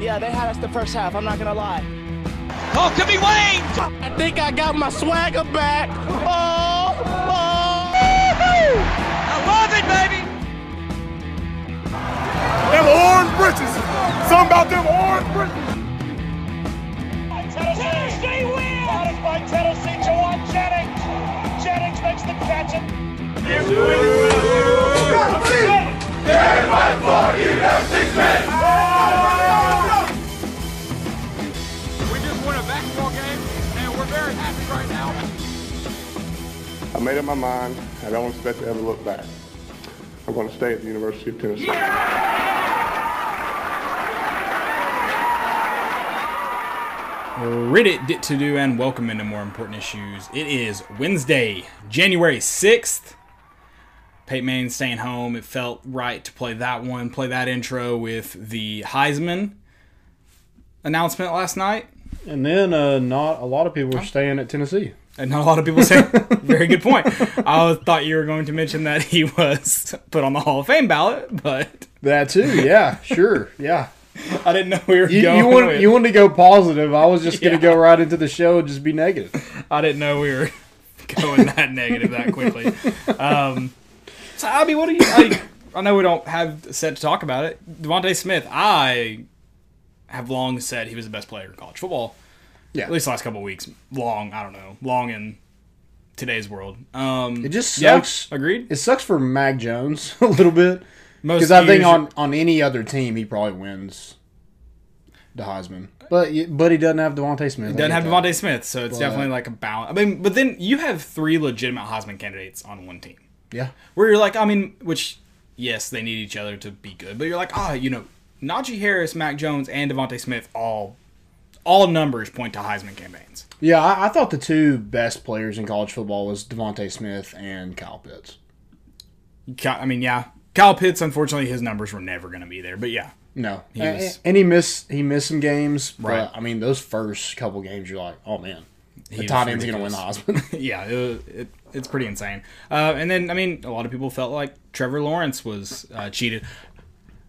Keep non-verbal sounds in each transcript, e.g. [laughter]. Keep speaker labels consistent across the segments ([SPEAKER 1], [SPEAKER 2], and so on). [SPEAKER 1] Yeah, they had us the first half. I'm not gonna lie.
[SPEAKER 2] Ball could Oh, be waved.
[SPEAKER 1] I think I got my swagger back. Oh, oh.
[SPEAKER 2] I love it, baby.
[SPEAKER 3] Them orange britches. Something about them orange britches.
[SPEAKER 4] Tennessee, they win! Spotted by Tennessee, Jawan Jennings. Jennings makes the catch. And-
[SPEAKER 5] We just won a basketball game, and we're very happy right now.
[SPEAKER 3] I made up my mind. I don't expect to ever look back. I'm going to stay at the University of Tennessee.
[SPEAKER 6] Reddit did to do and welcome into more important issues. It is Wednesday, January 6th. Peyton Manning staying home. It felt right to play that one, play that intro with the Heisman announcement last night.
[SPEAKER 7] And then uh, not a lot of people were staying at Tennessee.
[SPEAKER 6] And not a lot of people
[SPEAKER 7] [laughs]
[SPEAKER 6] say, very good point. I thought you were going to mention that he was put on the Hall of Fame ballot, but
[SPEAKER 7] That too, yeah, sure, yeah.
[SPEAKER 6] I didn't know we were
[SPEAKER 7] You,
[SPEAKER 6] going.
[SPEAKER 7] you wanted
[SPEAKER 6] with-
[SPEAKER 7] you wanted to go positive. I was just gonna
[SPEAKER 6] Yeah.
[SPEAKER 7] go right into the show and just be negative.
[SPEAKER 6] I didn't know we were [laughs] going that negative that quickly. Um, so I mean, what do you? I, I know we don't have set to talk about it. Devonte Smith, I have long said he was the best player in college football.
[SPEAKER 7] Yeah.
[SPEAKER 6] at least the last couple of weeks. Long, I don't know, long in today's world. Um,
[SPEAKER 7] It just
[SPEAKER 6] yeah,
[SPEAKER 7] sucks.
[SPEAKER 6] agreed.
[SPEAKER 7] It sucks for Mac Jones [laughs] a little bit
[SPEAKER 6] Most
[SPEAKER 7] because I think
[SPEAKER 6] years-
[SPEAKER 7] on, on any other team he probably wins the Heisman, but y- but he doesn't have Devontae Smith.
[SPEAKER 6] doesn't have Devonte Smith, so it's
[SPEAKER 7] But-
[SPEAKER 6] definitely like a balance. I mean, but then you have three legitimate Heisman candidates on one team.
[SPEAKER 7] Yeah,
[SPEAKER 6] where you're like, I mean, which yes, they need each other to be good, but you're like, ah, you know, Najee Harris, Mac Jones, and Devontae Smith all all numbers point to Heisman campaigns.
[SPEAKER 7] yeah. I, I thought the two best players in college football was Devontae Smith and Kyle Pitts.
[SPEAKER 6] Ky- I mean, yeah, Kyle Pitts, unfortunately, his numbers were never going to be there, but yeah, [laughs]
[SPEAKER 7] No,
[SPEAKER 6] He
[SPEAKER 7] and,
[SPEAKER 6] was-
[SPEAKER 7] and he missed he missed some games.
[SPEAKER 6] Right.
[SPEAKER 7] But, I mean, those first couple games, you're like, oh man,
[SPEAKER 6] He
[SPEAKER 7] the
[SPEAKER 6] was
[SPEAKER 7] tight end's gonna win the
[SPEAKER 6] ridiculous.
[SPEAKER 7] Heisman.
[SPEAKER 6] yeah, it, it, it's pretty insane. Uh, and then, I mean, a lot of people felt like Trevor Lawrence was uh, cheated.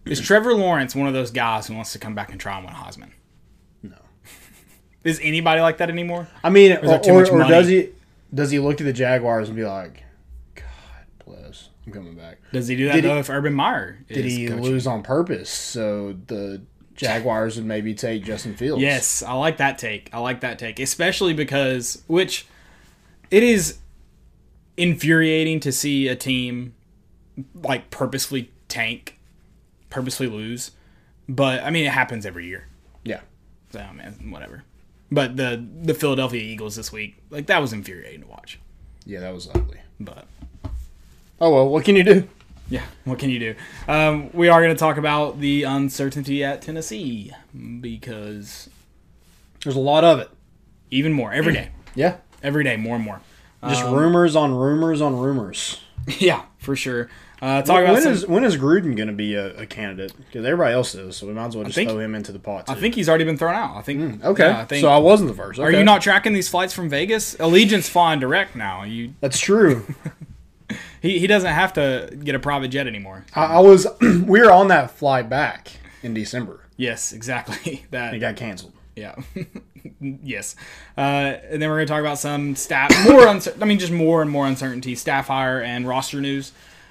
[SPEAKER 6] Is Trevor Lawrence one of those guys who wants to come back and try and win Heisman?
[SPEAKER 7] No.
[SPEAKER 6] [laughs] Is anybody like that anymore?
[SPEAKER 7] [laughs] I mean, or,
[SPEAKER 6] there too
[SPEAKER 7] or,
[SPEAKER 6] much
[SPEAKER 7] or
[SPEAKER 6] money?
[SPEAKER 7] does he does he look to the Jaguars and be like, God bless, I'm coming back.
[SPEAKER 6] Does he do that
[SPEAKER 7] Did he-
[SPEAKER 6] though? if Urban Meyer
[SPEAKER 7] Did
[SPEAKER 6] is
[SPEAKER 7] he
[SPEAKER 6] coaching?
[SPEAKER 7] lose on purpose so the Jaguars would maybe take Justin Fields?
[SPEAKER 6] Yes, I like that take. I like that take, especially because which it is infuriating to see a team like purposefully tank, purposely lose. But I mean, it happens every year.
[SPEAKER 7] Yeah.
[SPEAKER 6] So man, whatever. But the the Philadelphia Eagles this week, like that was infuriating to watch.
[SPEAKER 7] Yeah, that was ugly.
[SPEAKER 6] But
[SPEAKER 7] Oh well, what can you do?
[SPEAKER 6] yeah, what can you do? Um, we are going to talk about the uncertainty at Tennessee because
[SPEAKER 7] There's a lot of it.
[SPEAKER 6] even more every day,
[SPEAKER 7] Yeah.
[SPEAKER 6] every day more and more.
[SPEAKER 7] Just
[SPEAKER 6] Um,
[SPEAKER 7] rumors on rumors on rumors.
[SPEAKER 6] Yeah, for sure. Uh, talk about
[SPEAKER 7] When
[SPEAKER 6] some-
[SPEAKER 7] is when is Gruden going to be a, a candidate? Because everybody else is, so we might as well just
[SPEAKER 6] think-
[SPEAKER 7] throw him into the pot. Too.
[SPEAKER 6] I think he's already been thrown out. I think.
[SPEAKER 7] Hmm, Okay,
[SPEAKER 6] yeah, I think,
[SPEAKER 7] so I wasn't the first.
[SPEAKER 6] are
[SPEAKER 7] Okay.
[SPEAKER 6] you not tracking these flights from Vegas? Allegiant's flying direct now. You
[SPEAKER 7] That's true.
[SPEAKER 6] [laughs] he, he doesn't have to get a private jet anymore.
[SPEAKER 7] I, I was. [clears throat] we were on that fly back in December.
[SPEAKER 6] Yes, exactly. [laughs] That
[SPEAKER 7] It got canceled.
[SPEAKER 6] yeah. [laughs] yes, uh, and then we're gonna talk about some staff more. Uncer- I mean, just more and more uncertainty, staff hire and roster news,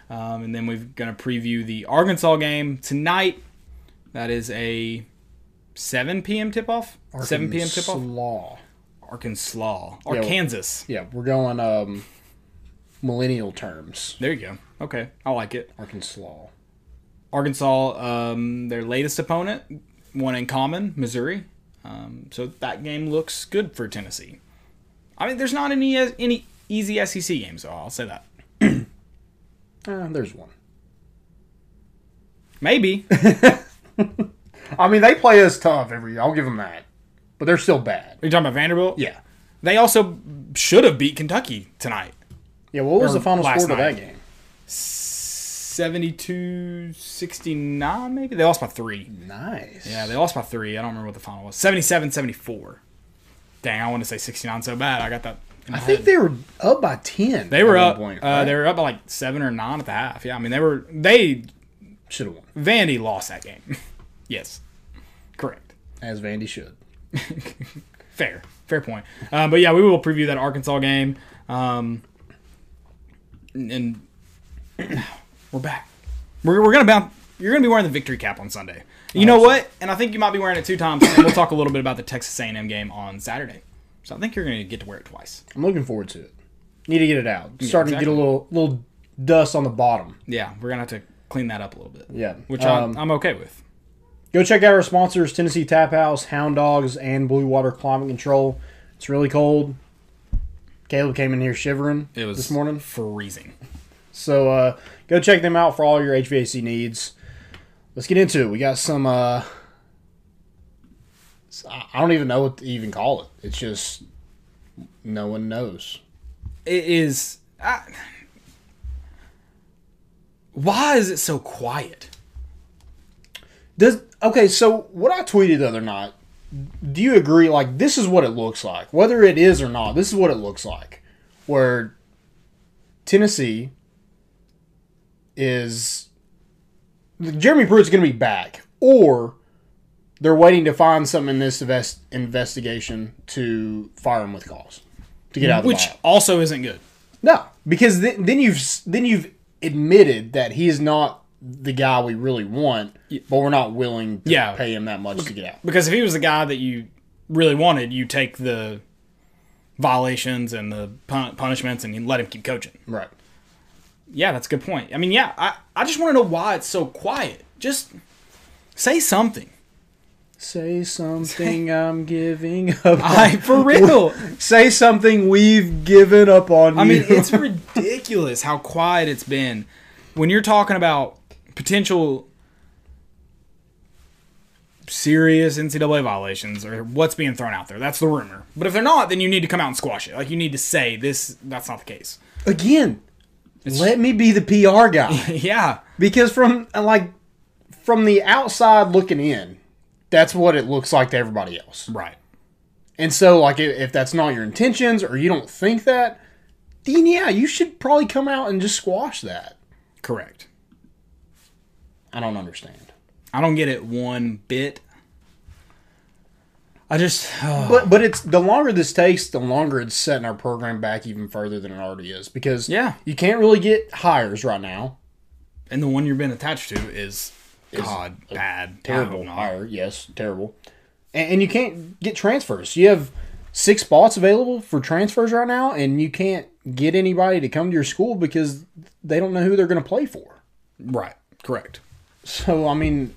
[SPEAKER 6] um, and then we're gonna preview the Arkansas game tonight. That is a 7 p.m. tip off. 7 p.m. tip off.
[SPEAKER 7] Law.
[SPEAKER 6] Arkansas.
[SPEAKER 7] well-
[SPEAKER 6] Arkansas.
[SPEAKER 7] Yeah, we're going um, millennial terms.
[SPEAKER 6] There you go. Okay, I like it.
[SPEAKER 7] Arkansas.
[SPEAKER 6] Arkansas, um, their latest opponent, one in common, Missouri. Um, so that game looks good for Tennessee. I mean, there's not any any easy SEC games, though. I'll say that.
[SPEAKER 7] Uh, there's one. [laughs]
[SPEAKER 6] Maybe.
[SPEAKER 7] I mean, they play us tough every year. I'll give them that, but they're still bad.
[SPEAKER 6] You're talking about Vanderbilt?
[SPEAKER 7] Yeah.
[SPEAKER 6] They also should have beat Kentucky tonight.
[SPEAKER 7] Yeah. What was
[SPEAKER 6] Or
[SPEAKER 7] the final
[SPEAKER 6] last
[SPEAKER 7] score to
[SPEAKER 6] night.
[SPEAKER 7] that game?
[SPEAKER 6] 72 69, maybe? They lost by three.
[SPEAKER 7] Nice.
[SPEAKER 6] Yeah, they lost by three. I don't remember what the final was. 77 74. Dang, I want to say 69 so bad. I got that. in my
[SPEAKER 7] I think
[SPEAKER 6] head.
[SPEAKER 7] they were up by ten.
[SPEAKER 6] They were
[SPEAKER 7] at one
[SPEAKER 6] up.
[SPEAKER 7] Point,
[SPEAKER 6] uh, They were up by like seven or nine at the half. Yeah, I mean they were. They
[SPEAKER 7] should have won.
[SPEAKER 6] [laughs] Vandy lost that game. yes, correct.
[SPEAKER 7] as Vandy should.
[SPEAKER 6] Fair, fair point. Uh, but yeah, we will preview that Arkansas game. Um, and [clears throat] we're back. We're, we're gonna bounce. You're gonna be wearing the victory cap on Sunday. You know what? And I think you might be wearing it two times. and we'll talk a little bit about the Texas A&M game on Saturday. So I think you're gonna get to wear it twice.
[SPEAKER 7] I'm looking forward to it. Need to get it out. starting to
[SPEAKER 6] exactly.
[SPEAKER 7] get a little little dust on the bottom.
[SPEAKER 6] Yeah, we're gonna have to clean that up a little bit.
[SPEAKER 7] Yeah.
[SPEAKER 6] which
[SPEAKER 7] Um,
[SPEAKER 6] I, I'm okay with.
[SPEAKER 7] Go check out our sponsors: Tennessee Tap House, Hound Dogs, and Blue Water Climate Control. It's really cold. Caleb came in here shivering
[SPEAKER 6] It was
[SPEAKER 7] this morning,
[SPEAKER 6] freezing.
[SPEAKER 7] so uh, go check them out for all your HVAC needs. Let's get into it. We got some. Uh, s- I I don't even know what to even call it. It's just no one knows.
[SPEAKER 6] It is. I, why is it so quiet?
[SPEAKER 7] Does okay? So what I tweeted the other night. Do you agree? Like this is what it looks like, whether it is or not. This is what it looks like, where Tennessee is. Jeremy Pruitt's going to be back, or they're waiting to find something in this invest, investigation to fire him with cause to get out of the
[SPEAKER 6] Which
[SPEAKER 7] lineup.
[SPEAKER 6] also isn't good.
[SPEAKER 7] No, because then, then you've s- then you've admitted that he is not the guy we really want, but we're not willing to
[SPEAKER 6] Yeah.
[SPEAKER 7] pay him that much to get out.
[SPEAKER 6] Because if he was the guy that you really wanted, you take the violations and the pun- punishments and you let him keep coaching.
[SPEAKER 7] Right.
[SPEAKER 6] Yeah, that's a good point. I mean, yeah, I, I just want to know why it's so quiet. Just say something.
[SPEAKER 7] Say [laughs] something I'm giving up.
[SPEAKER 6] [laughs] I, for real.
[SPEAKER 7] Say something we've given up on.
[SPEAKER 6] I
[SPEAKER 7] [laughs]
[SPEAKER 6] mean,
[SPEAKER 7] you.
[SPEAKER 6] it's ridiculous how quiet it's been. When you're talking about potential serious NCAA violations or what's being thrown out there, that's the rumor. But if they're not, then you need to come out and squash it. Like, you need to say this, that's not the case. [laughs]
[SPEAKER 7] again. Let me be the PR [laughs] guy
[SPEAKER 6] Yeah.
[SPEAKER 7] because from like from the outside looking in, that's what it looks like to everybody else.
[SPEAKER 6] Right.
[SPEAKER 7] And so, like, if, if that's not your intentions or you don't think that, then yeah, you should probably come out and just squash that.
[SPEAKER 6] Correct.
[SPEAKER 7] I don't understand.
[SPEAKER 6] I don't get it one bit. I just.
[SPEAKER 7] But but it's the longer this takes, the longer it's setting our program back even further than it already is because
[SPEAKER 6] Yeah.
[SPEAKER 7] you can't really get hires right now.
[SPEAKER 6] and the one you're being attached to is. God, bad,
[SPEAKER 7] Terrible
[SPEAKER 6] No,
[SPEAKER 7] hire, yes, terrible. And, and you can't get transfers. You have six spots available for transfers right now, and you can't get anybody to come to your school because they don't know who they're going to play for.
[SPEAKER 6] Right. Correct.
[SPEAKER 7] So I mean,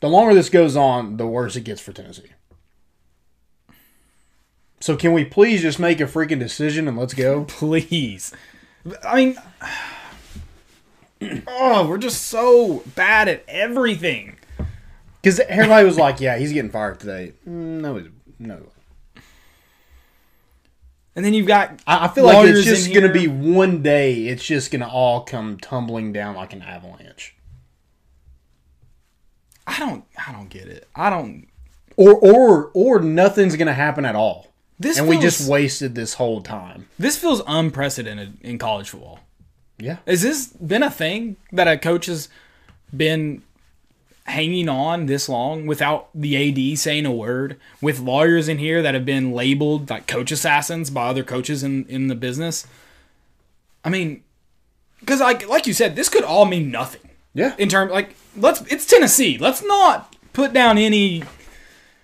[SPEAKER 7] the longer this goes on, the worse it gets for Tennessee. So can we please just make a freaking decision and let's go?
[SPEAKER 6] please. I mean, [sighs] oh, we're just so bad at everything.
[SPEAKER 7] Because everybody was like, "Yeah, he's getting fired today." Mm, No, he's- no.
[SPEAKER 6] And then you've got
[SPEAKER 7] I, I feel like
[SPEAKER 6] lawyers
[SPEAKER 7] it's just
[SPEAKER 6] in
[SPEAKER 7] going to be
[SPEAKER 6] here.
[SPEAKER 7] one day. It's just going to all come tumbling down like an avalanche,
[SPEAKER 6] I don't. I don't get it. I don't.
[SPEAKER 7] or or or nothing's going to happen at all,
[SPEAKER 6] This
[SPEAKER 7] and
[SPEAKER 6] feels,
[SPEAKER 7] we just wasted this whole time.
[SPEAKER 6] This feels unprecedented in college football.
[SPEAKER 7] Yeah.
[SPEAKER 6] Has this been a thing that a coach has been hanging on this long without the AD saying a word, with lawyers in here that have been labeled like coach assassins by other coaches in, in the business? I mean, because like like you said, this could all mean nothing
[SPEAKER 7] Yeah.
[SPEAKER 6] in terms like let's it's Tennessee. Let's not put down any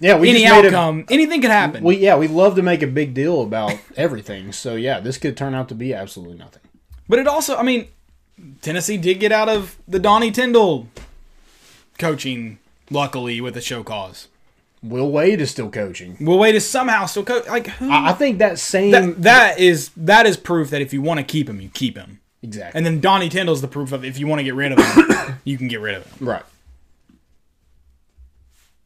[SPEAKER 7] yeah. We
[SPEAKER 6] any
[SPEAKER 7] just made a-
[SPEAKER 6] outcome. Anything could happen.
[SPEAKER 7] We yeah, we love to make a big deal about [laughs] everything. So yeah, this could turn out to be absolutely nothing.
[SPEAKER 6] But it also, I mean, Tennessee did get out of the Donnie Tyndall coaching, luckily, with a show cause.
[SPEAKER 7] Will Wade is still coaching.
[SPEAKER 6] Will Wade is somehow still coach. Like, who?
[SPEAKER 7] I, I think that same
[SPEAKER 6] that, that is that is proof that if you want to keep him, you keep him.
[SPEAKER 7] exactly
[SPEAKER 6] And then Donnie Tyndall's the proof of if you want to get rid of [coughs] him, you can get rid of him.
[SPEAKER 7] right.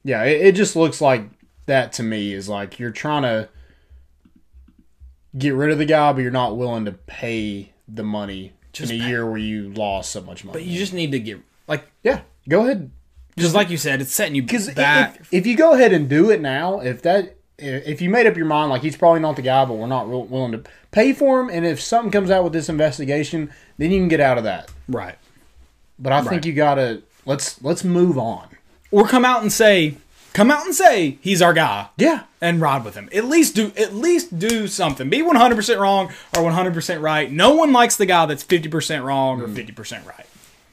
[SPEAKER 7] Yeah, it, it just looks like that to me is like you're trying to get rid of the guy, but you're not willing to pay the money in a year where you lost so much money.
[SPEAKER 6] You just need to get like
[SPEAKER 7] yeah, go ahead
[SPEAKER 6] just like you said, it's setting you
[SPEAKER 7] Because
[SPEAKER 6] back.
[SPEAKER 7] if, if you go ahead and do it now, if that if you made up your mind, like he's probably not the guy, but we're not real, willing to pay for him, and if something comes out with this investigation, then you can get out of that.
[SPEAKER 6] right.
[SPEAKER 7] But I think you gotta let's let's move on.
[SPEAKER 6] Or come out and say, come out and say he's our guy.
[SPEAKER 7] Yeah.
[SPEAKER 6] And ride with him. At least do at least do something. Be 100% wrong or 100% right. No one likes the guy that's 50% wrong or 50% right.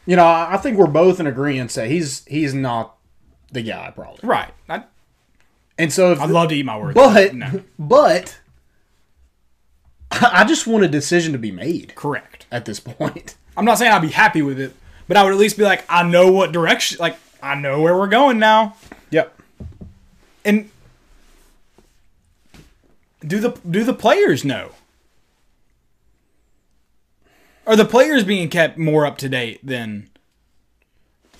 [SPEAKER 7] You know, I I think we're both in agreement that he's he's not the guy probably.
[SPEAKER 6] Right. I,
[SPEAKER 7] And so if
[SPEAKER 6] I love to eat my words.
[SPEAKER 7] [laughs] but
[SPEAKER 6] no.
[SPEAKER 7] but I I just want a decision to be made
[SPEAKER 6] Correct.
[SPEAKER 7] at this point.
[SPEAKER 6] I'm not saying I'd be happy with it, but I would at least be like, I know what direction, like, I know where we're going now.
[SPEAKER 7] Yep.
[SPEAKER 6] And do the do the players know? Are the players being kept more up to date than?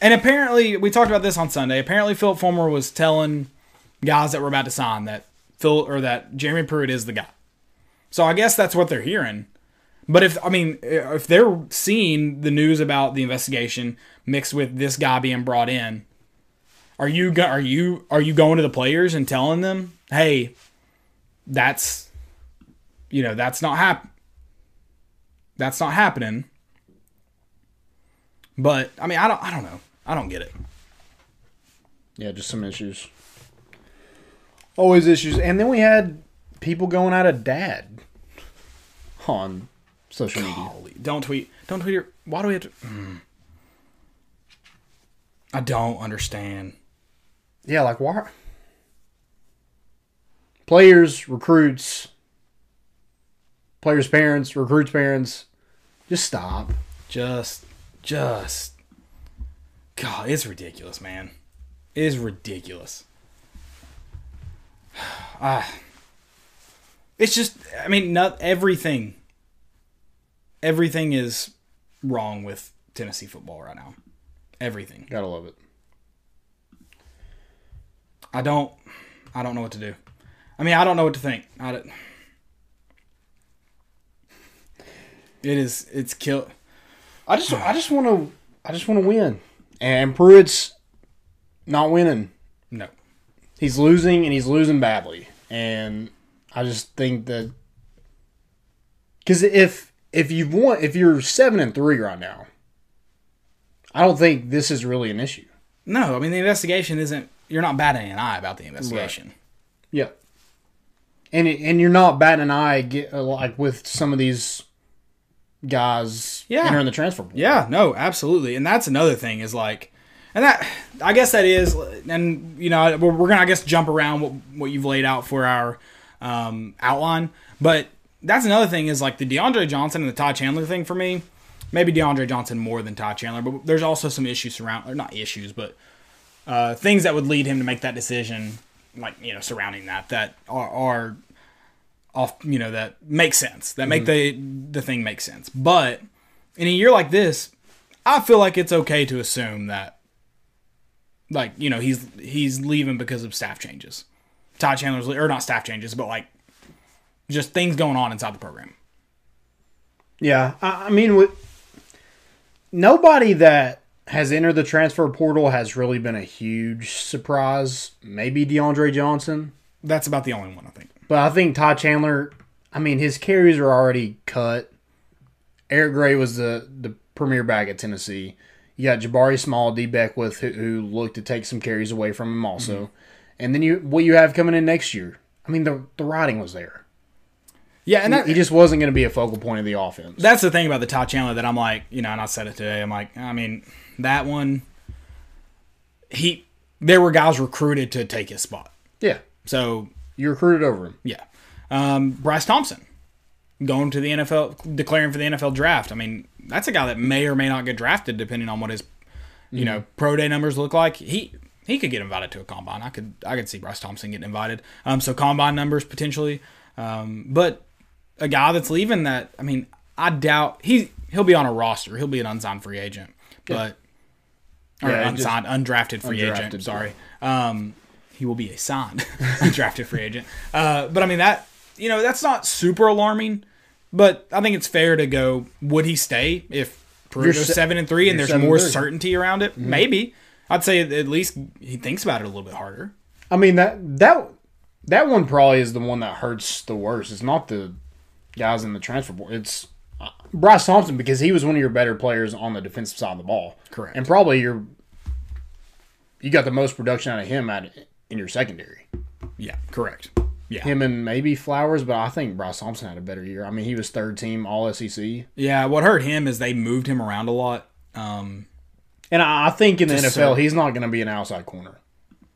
[SPEAKER 6] And apparently, we talked about this on Sunday. Apparently, Philip Fulmer was telling guys that were about to sign that Phil or that Jeremy Pruitt is the guy. So I guess that's what they're hearing. But if I mean, if they're seeing the news about the investigation mixed with this guy being brought in, are you go- are you are you going to the players and telling them, hey, that's you know that's not hap- that's not happening. But I mean, I don't I don't know. I don't get it.
[SPEAKER 7] Yeah, just some issues. Always issues. And then we had people going out of dad on social media.
[SPEAKER 6] Holy, don't tweet. Don't tweet. Your, why do we have to? Mm. I don't understand.
[SPEAKER 7] Yeah, like why? Players, recruits, players' parents, recruits' parents. Just stop.
[SPEAKER 6] just just god it's ridiculous man it is ridiculous [sighs] ah it's just i mean not everything everything is wrong with tennessee football right now everything
[SPEAKER 7] Gotta love it.
[SPEAKER 6] I don't. I don't know what to do. I mean, I don't know what to think. I don't- It is. It's kill.
[SPEAKER 7] I just, I just want to, I just want to win. And Pruitt's not winning.
[SPEAKER 6] No.
[SPEAKER 7] he's losing and he's losing badly and i just think that because if if you've won if you're seven and three right now i don't think this is really an issue
[SPEAKER 6] No. I mean, the investigation isn't. You're not batting an eye about the investigation.
[SPEAKER 7] yeah and it, and you're not batting an eye get, uh, like with some of these guys
[SPEAKER 6] Yeah.
[SPEAKER 7] entering the transfer portal.
[SPEAKER 6] Yeah, no, absolutely. And that's another thing is like, and that, I guess that is, and you know, we're, we're going to, I guess, jump around what, what you've laid out for our um, outline. But that's another thing is like the DeAndre Johnson and the Ty Chandler thing for me, maybe DeAndre Johnson more than Ty Chandler, but there's also some issues surround, or not issues, but uh, things that would lead him to make that decision, like, you know, surrounding that, that are, are off, you know, that make sense, that make the, the thing make sense. But, in a year like this, I feel like it's okay to assume that, like you know, he's he's leaving because of staff changes. Todd Chandler's le- or not staff changes, but like just things going on inside the program.
[SPEAKER 7] Yeah, I, I mean, with nobody that has entered the transfer portal has really been a huge surprise. Maybe DeAndre Johnson,
[SPEAKER 6] That's about the only one I think.
[SPEAKER 7] but I think Ty Chandler. I mean, his carries are already cut. Eric Gray was the the premier back at Tennessee. You got Jabari Small, D Beck with who, who looked to take some carries away from him also, and then you what you have coming in next year. I mean, the the writing was there.
[SPEAKER 6] Yeah, and that,
[SPEAKER 7] He just wasn't going to be a focal point of the offense.
[SPEAKER 6] that's the thing about the Todd Chandler that I'm like, you know, and I said it today. I'm like, I mean, that one, he there were guys recruited to take his spot.
[SPEAKER 7] Yeah,
[SPEAKER 6] So
[SPEAKER 7] you recruited over him.
[SPEAKER 6] Yeah. Um, Bryce Thompson going to the NFL, declaring for the NFL draft. I mean, that's a guy that may or may not get drafted depending on what his, you know,
[SPEAKER 7] Mm-hmm.
[SPEAKER 6] pro day numbers look like. He he could get invited to a combine. I could I could see Bryce Thompson getting invited. Um, so combine numbers potentially. Um, but a guy that's leaving that I mean, I doubt he he'll be on a roster. He'll be an unsigned free agent, but or
[SPEAKER 7] Yeah, it just-
[SPEAKER 6] unsigned undrafted free
[SPEAKER 7] Undrafted,
[SPEAKER 6] agent. Sorry. Um, he will be [laughs] a signed undrafted free agent. Uh, but I mean that you know that's not super alarming, but I think it's fair to go. Would he stay if Peru
[SPEAKER 7] You're
[SPEAKER 6] goes
[SPEAKER 7] se-
[SPEAKER 6] seven and three and there's
[SPEAKER 7] seven and
[SPEAKER 6] more
[SPEAKER 7] three. Mm-hmm.
[SPEAKER 6] certainty around it? Maybe I'd say at least he thinks about it a little bit harder.
[SPEAKER 7] I mean that that that one probably is the one that hurts the worst. It's not the guys in the transfer board. It's uh, Bryce Thompson because he was one of your better players on the defensive side of the ball.
[SPEAKER 6] Correct.
[SPEAKER 7] And probably your you got the most production out of him at in your secondary.
[SPEAKER 6] Yeah, correct. Yeah.
[SPEAKER 7] Him and maybe Flowers, but I think Bryce Thompson had a better year. I mean, he was third team All E SEC,
[SPEAKER 6] Yeah, what hurt him is they moved him around a lot. Um,
[SPEAKER 7] and I, I think in the NFL
[SPEAKER 6] so-
[SPEAKER 7] he's not going to be an outside corner.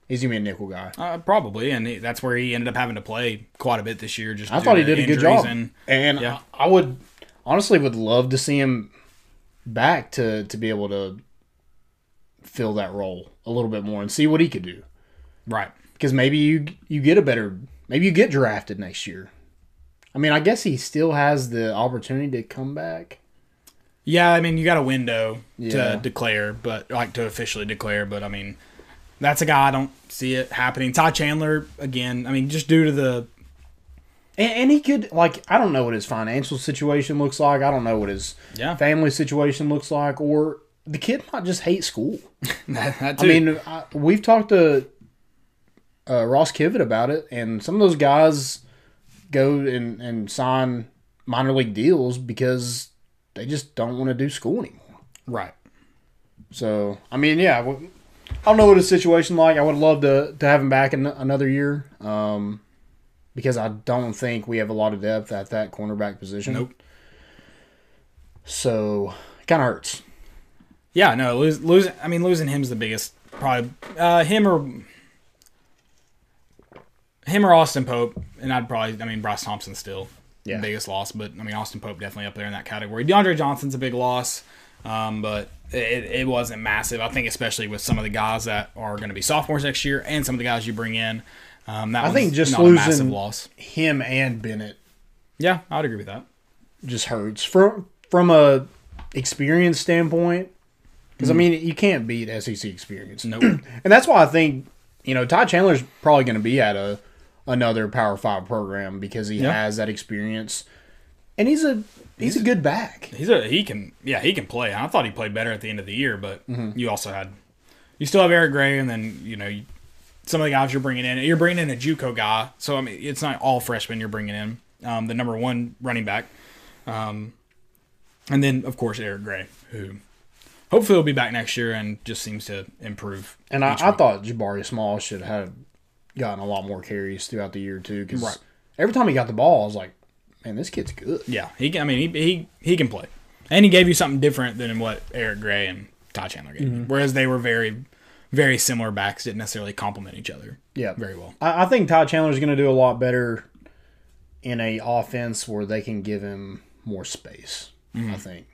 [SPEAKER 7] He's going to be a nickel guy.
[SPEAKER 6] uh, probably, and he, that's where he ended up having to play quite a bit this year. Just
[SPEAKER 7] I
[SPEAKER 6] due
[SPEAKER 7] thought he
[SPEAKER 6] to
[SPEAKER 7] did a good
[SPEAKER 6] Uh, injuries
[SPEAKER 7] job,
[SPEAKER 6] and-
[SPEAKER 7] and,
[SPEAKER 6] yeah.
[SPEAKER 7] I, I would honestly would love to see him back to to be able to fill that role a little bit more and see what he could do.
[SPEAKER 6] right,
[SPEAKER 7] Because maybe you you get a better, maybe you get drafted next year. I mean, I guess he still has the opportunity to come back.
[SPEAKER 6] yeah. I mean, you got a window
[SPEAKER 7] Yeah.
[SPEAKER 6] to declare, but like to officially declare. But I mean, that's a guy I don't see it happening. Ty Chandler again. I mean, just due to the
[SPEAKER 7] And, and he could like I don't know what his financial situation looks like. I don't know what his
[SPEAKER 6] Yeah.
[SPEAKER 7] family situation looks like, or the kid might just hate school.
[SPEAKER 6] that
[SPEAKER 7] I
[SPEAKER 6] too.
[SPEAKER 7] mean, I, we've talked to uh, Ross Kivett about it, and some of those guys go and, and sign minor league deals because they just don't want to do school anymore.
[SPEAKER 6] right.
[SPEAKER 7] So, I mean, yeah, w- I don't know what his situation like. I would love to, to have him back in another year um, because I don't think we have a lot of depth at that cornerback position.
[SPEAKER 6] Nope.
[SPEAKER 7] So, kind of hurts.
[SPEAKER 6] Yeah, no, lose, lose. I mean, losing him's the biggest probably. Uh, him or him or Austin Pope, and I'd probably. I mean, Bryce Thompson still
[SPEAKER 7] Yeah.
[SPEAKER 6] the biggest loss, but I mean, Austin Pope definitely up there in that category. DeAndre Johnson's a big loss, um, but it, it wasn't massive. I think especially with some of the guys that are going to be sophomores next year, and some of the guys you bring in. Um, that I
[SPEAKER 7] think just
[SPEAKER 6] not a massive
[SPEAKER 7] losing-
[SPEAKER 6] loss.
[SPEAKER 7] Him and Bennett
[SPEAKER 6] Yeah, I would agree with that.
[SPEAKER 7] just hurts from from a experience standpoint. Because I mean, you can't beat SEC experience,
[SPEAKER 6] Mm. Nope.
[SPEAKER 7] [clears throat] and that's why I think you know Ty Chandler's probably going to be at a another Power Five program because he
[SPEAKER 6] Yeah.
[SPEAKER 7] has that experience, and he's a he's, a good back.
[SPEAKER 6] He's a he can yeah he can play. I thought he played better at the end of the year, but
[SPEAKER 7] Mm-hmm.
[SPEAKER 6] you also had you still have Eric Gray, and then you know you, some of the guys you're bringing in. You're bringing in a JUCO guy, so I mean it's not all freshmen you're bringing in. Um, the number one running back, um, and then of course Eric Gray, who hopefully will be back next year and just seems to improve.
[SPEAKER 7] And I,
[SPEAKER 6] each
[SPEAKER 7] I
[SPEAKER 6] week.
[SPEAKER 7] thought Jabari Small should have gotten a lot more carries throughout the year too. Because
[SPEAKER 6] Right.
[SPEAKER 7] every time he got the ball, I was like, man, this kid's good.
[SPEAKER 6] yeah he can. I mean he he he can play, and he gave you something different than what Eric Gray and Ty Chandler gave.
[SPEAKER 7] Mm-hmm.
[SPEAKER 6] you. Whereas they were very very similar backs, didn't necessarily complement each other.
[SPEAKER 7] Yeah,
[SPEAKER 6] very well.
[SPEAKER 7] I, I think Ty Chandler's going to do a lot better in a offense where they can give him more space.
[SPEAKER 6] Mm-hmm.
[SPEAKER 7] I think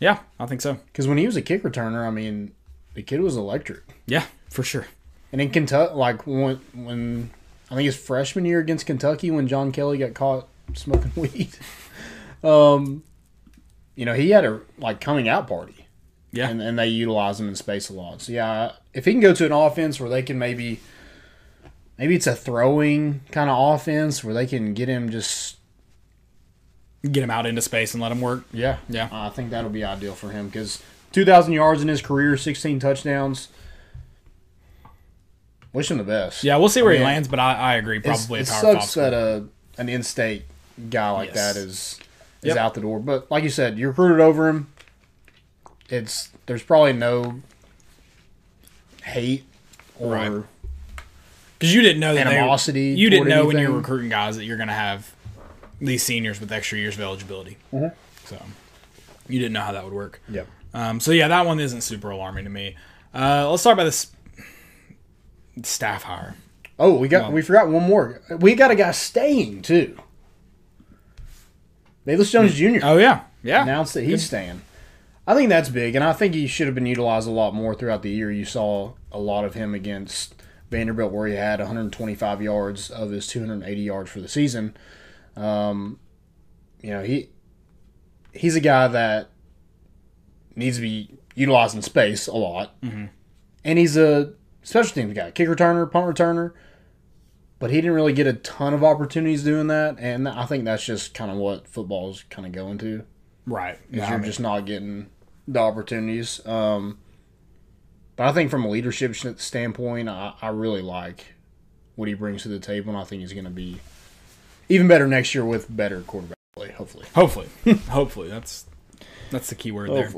[SPEAKER 6] Yeah, I think so.
[SPEAKER 7] because when he was a kick returner, I mean, the kid was electric.
[SPEAKER 6] Yeah, for sure.
[SPEAKER 7] And in Kentucky, like when, when I think his freshman year against Kentucky, when John Kelly got caught smoking [laughs] weed, um, you know, he had a like coming out party.
[SPEAKER 6] Yeah.
[SPEAKER 7] and, and they utilize him in space a lot. So yeah, if he can go to an offense where they can maybe, maybe it's a throwing kind of offense where they can get him just
[SPEAKER 6] Get him out into space and let him work.
[SPEAKER 7] yeah
[SPEAKER 6] Yeah.
[SPEAKER 7] I think that'll be ideal for him because two thousand yards in his career, sixteen touchdowns. Wish him the best.
[SPEAKER 6] Yeah, we'll see where he
[SPEAKER 7] Oh, Yeah.
[SPEAKER 6] lands, but I, I agree. Probably
[SPEAKER 7] it's,
[SPEAKER 6] a
[SPEAKER 7] it
[SPEAKER 6] power
[SPEAKER 7] sucks
[SPEAKER 6] five.
[SPEAKER 7] that
[SPEAKER 6] school.
[SPEAKER 7] a an in-state guy like
[SPEAKER 6] Yes.
[SPEAKER 7] that is is
[SPEAKER 6] Yep.
[SPEAKER 7] out the door. But like you said, you recruited over him. It's there's probably no hate or
[SPEAKER 6] Right. Because you didn't know that they-
[SPEAKER 7] animosity
[SPEAKER 6] you didn't
[SPEAKER 7] toward
[SPEAKER 6] know when
[SPEAKER 7] anything.
[SPEAKER 6] you're recruiting guys that you're going to have these seniors with extra years of eligibility.
[SPEAKER 7] Mm-hmm.
[SPEAKER 6] So you didn't know how that would work.
[SPEAKER 7] yep.
[SPEAKER 6] Um, so yeah, that one isn't super alarming to me. Uh, let's talk about this staff hire.
[SPEAKER 7] Oh, we got we forgot one more. We got a guy staying too. Bayless Jones Jr.
[SPEAKER 6] Oh yeah, yeah.
[SPEAKER 7] announced that he's staying. I think that's big, and I think he should have been utilized a lot more throughout the year. You saw a lot of him against Vanderbilt, where he had 125 yards of his 280 yards for the season. Um, you know, he he's a guy that needs to be utilized in space a lot, and he's a special teams guy, kick returner, punt returner. But he didn't really get a ton of opportunities doing that, and I think that's just kind of what football's kind of going to
[SPEAKER 6] right.
[SPEAKER 7] is
[SPEAKER 6] Yeah, I
[SPEAKER 7] you're
[SPEAKER 6] mean,
[SPEAKER 7] just not getting the opportunities. Um, but I think from a leadership sh- standpoint, I, I really like what he brings to the table, and I think he's going to be even better next year with better quarterback play, hopefully. [laughs]
[SPEAKER 6] hopefully, hopefully that's that's the key word there.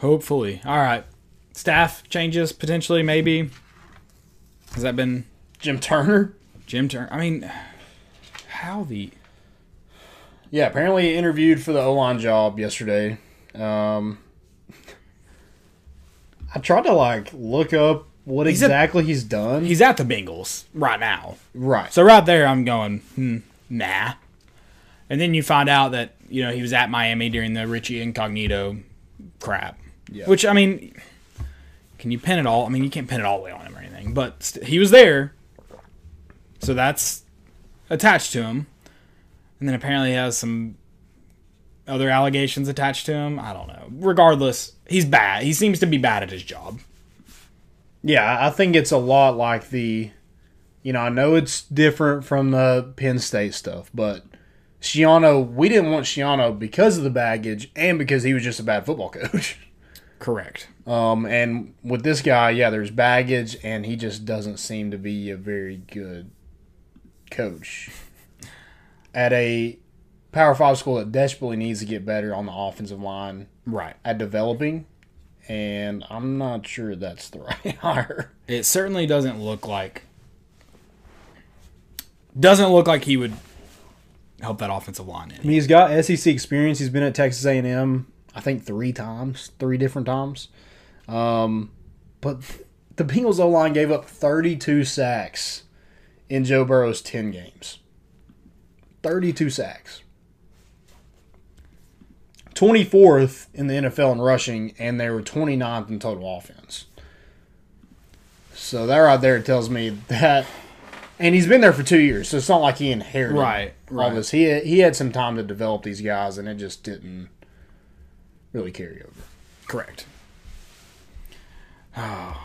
[SPEAKER 6] Hopefully. All right. Staff changes potentially, maybe. Has that been
[SPEAKER 7] Jim Turner.
[SPEAKER 6] Jim Turner? I mean, how the
[SPEAKER 7] Yeah, apparently he interviewed for the O line job yesterday. Um, [laughs] I tried to like look up what
[SPEAKER 6] a-
[SPEAKER 7] exactly he's done.
[SPEAKER 6] he's at the Bengals right now.
[SPEAKER 7] right.
[SPEAKER 6] So right there, I'm going, hmm, nah. And then you find out that you know he was at Miami during the Richie Incognito crap,
[SPEAKER 7] Yeah.
[SPEAKER 6] which I mean, can you pin it all? I mean, you can't pin it all the way on him or anything, but st- he was there, so that's attached to him. And then apparently he has some other allegations attached to him. I don't know. Regardless, he's bad. He seems to be bad at his job.
[SPEAKER 7] Yeah, I think it's a lot like the, you know, I know it's different from the Penn State stuff, but Shiano, we didn't want Shiano because of the baggage and because he was just a bad football coach. [laughs]
[SPEAKER 6] Correct.
[SPEAKER 7] Um, and with this guy, yeah, there's baggage, and he just doesn't seem to be a very good coach at a Power Five school that desperately needs to get better on the offensive line
[SPEAKER 6] Right.
[SPEAKER 7] at developing. And I'm not sure that's the [laughs] right hire.
[SPEAKER 6] it certainly doesn't look like doesn't look like he would help that offensive line any.
[SPEAKER 7] He's got SEC experience. He's been at Texas A&M, I think three times, three different times. Um, but the Bengals O line gave up 32 sacks in Joe Burrow's 10 games. 32 sacks. 24th in the NFL in rushing, and they were 29th in total offense. So that right there tells me that. And he's been there for two years, so it's not like he inherited
[SPEAKER 6] Right,
[SPEAKER 7] all
[SPEAKER 6] right.
[SPEAKER 7] this. He he had some time to develop these guys, and it just didn't really carry over.
[SPEAKER 6] [sighs] Correct. Oh,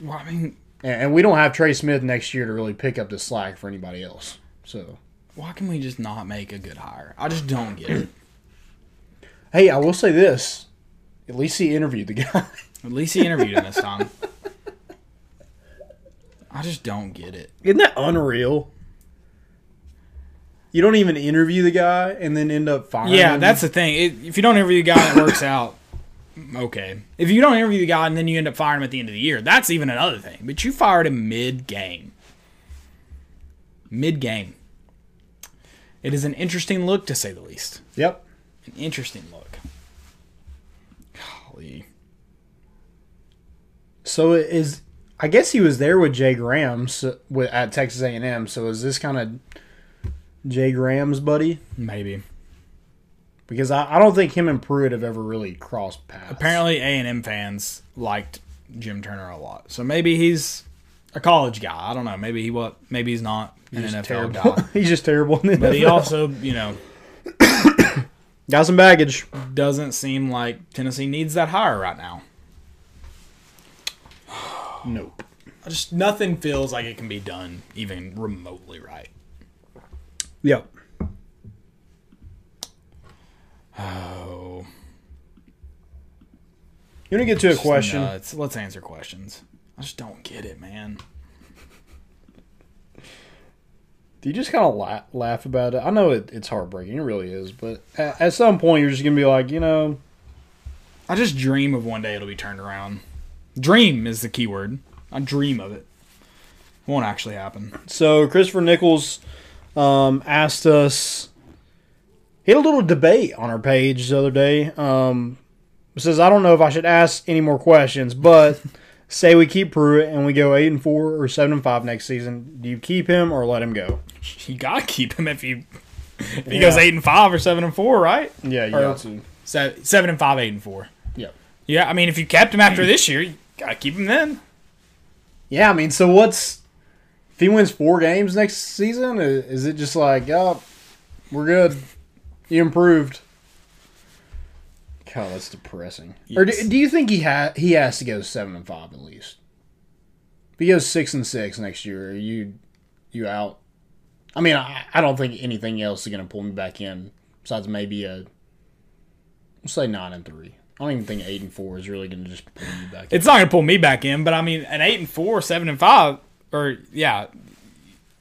[SPEAKER 6] well, I mean,
[SPEAKER 7] And, and we don't have Trey Smith next year to really pick up the slack for anybody else. So,
[SPEAKER 6] why can we just not make a good hire? I just don't get it.
[SPEAKER 7] hey, I will say this: at least he interviewed the [laughs] guy.
[SPEAKER 6] At least he interviewed him this time. I just don't get it.
[SPEAKER 7] Isn't that unreal? You don't even interview the guy and then end up firing.
[SPEAKER 6] Yeah,
[SPEAKER 7] him.
[SPEAKER 6] that's the thing. It, if you don't interview the guy and it works out, okay. If you don't interview the guy and then you end up firing him at the end of the year, that's even another thing. But you fired him mid game. Mid game. It is an interesting look, to say the least.
[SPEAKER 7] yep.
[SPEAKER 6] An interesting look. Golly.
[SPEAKER 7] So it is. I guess he was there with Jay Graham so, with, at Texas A and M. So is this kind of Jay Graham's buddy?
[SPEAKER 6] Maybe.
[SPEAKER 7] Because I, I don't think him and Pruitt have ever really crossed paths.
[SPEAKER 6] Apparently, A and M fans liked Jim Turner a lot, so maybe he's a college guy. I don't know. Maybe he what? Maybe he's not an
[SPEAKER 7] he's
[SPEAKER 6] NFL
[SPEAKER 7] just terrible.
[SPEAKER 6] guy.
[SPEAKER 7] [laughs] he's just terrible. In the
[SPEAKER 6] But
[SPEAKER 7] [laughs]
[SPEAKER 6] he
[SPEAKER 7] NFL.
[SPEAKER 6] also, you know,
[SPEAKER 7] got some baggage.
[SPEAKER 6] doesn't seem like Tennessee needs that hire right now.
[SPEAKER 7] Nope.
[SPEAKER 6] I Just nothing feels like it can be done even remotely right.
[SPEAKER 7] Yep.
[SPEAKER 6] Oh,
[SPEAKER 7] You want to get to a question?
[SPEAKER 6] nuts. Let's answer questions. I just don't get it, man.
[SPEAKER 7] Do you just kind of laugh, laugh about it? I know it, it's heartbreaking. It really is. But at, at some point, you're just going to be like, you know,
[SPEAKER 6] I just dream of one day it'll be turned around. Dream is the key word. I dream of it. Won't actually happen.
[SPEAKER 7] So Christopher Nichols um, asked us. He had a little debate on our page the other day. Um, says I don't know if I should ask any more questions, but [laughs] say we keep Pruitt and we go eight and four or seven and five next season. Do you keep him or let him go?
[SPEAKER 6] You gotta keep him if you if he goes eight and five or seven and four, right?
[SPEAKER 7] Yeah, you
[SPEAKER 6] Or-
[SPEAKER 7] got to.
[SPEAKER 6] So seven and five, eight and four.
[SPEAKER 7] Yeah.
[SPEAKER 6] Yeah, I mean, if you kept him after this year, you gotta keep him then.
[SPEAKER 7] Yeah, I mean, so what's if he wins four games next season? i- Is it just like, oh, we're good, he improved? God, that's depressing. Or do,
[SPEAKER 6] Yes.
[SPEAKER 7] do you think he ha- he has to go seven and five at least? If he goes six and six next year, are you you out? I mean, I, I don't think anything else is going to pull me back in besides maybe a let's say nine and three. I don't even think eight and four is really going to just pull me back. in.
[SPEAKER 6] it's not gonna pull me back in, but I mean, an eight and four, seven and five, or yeah,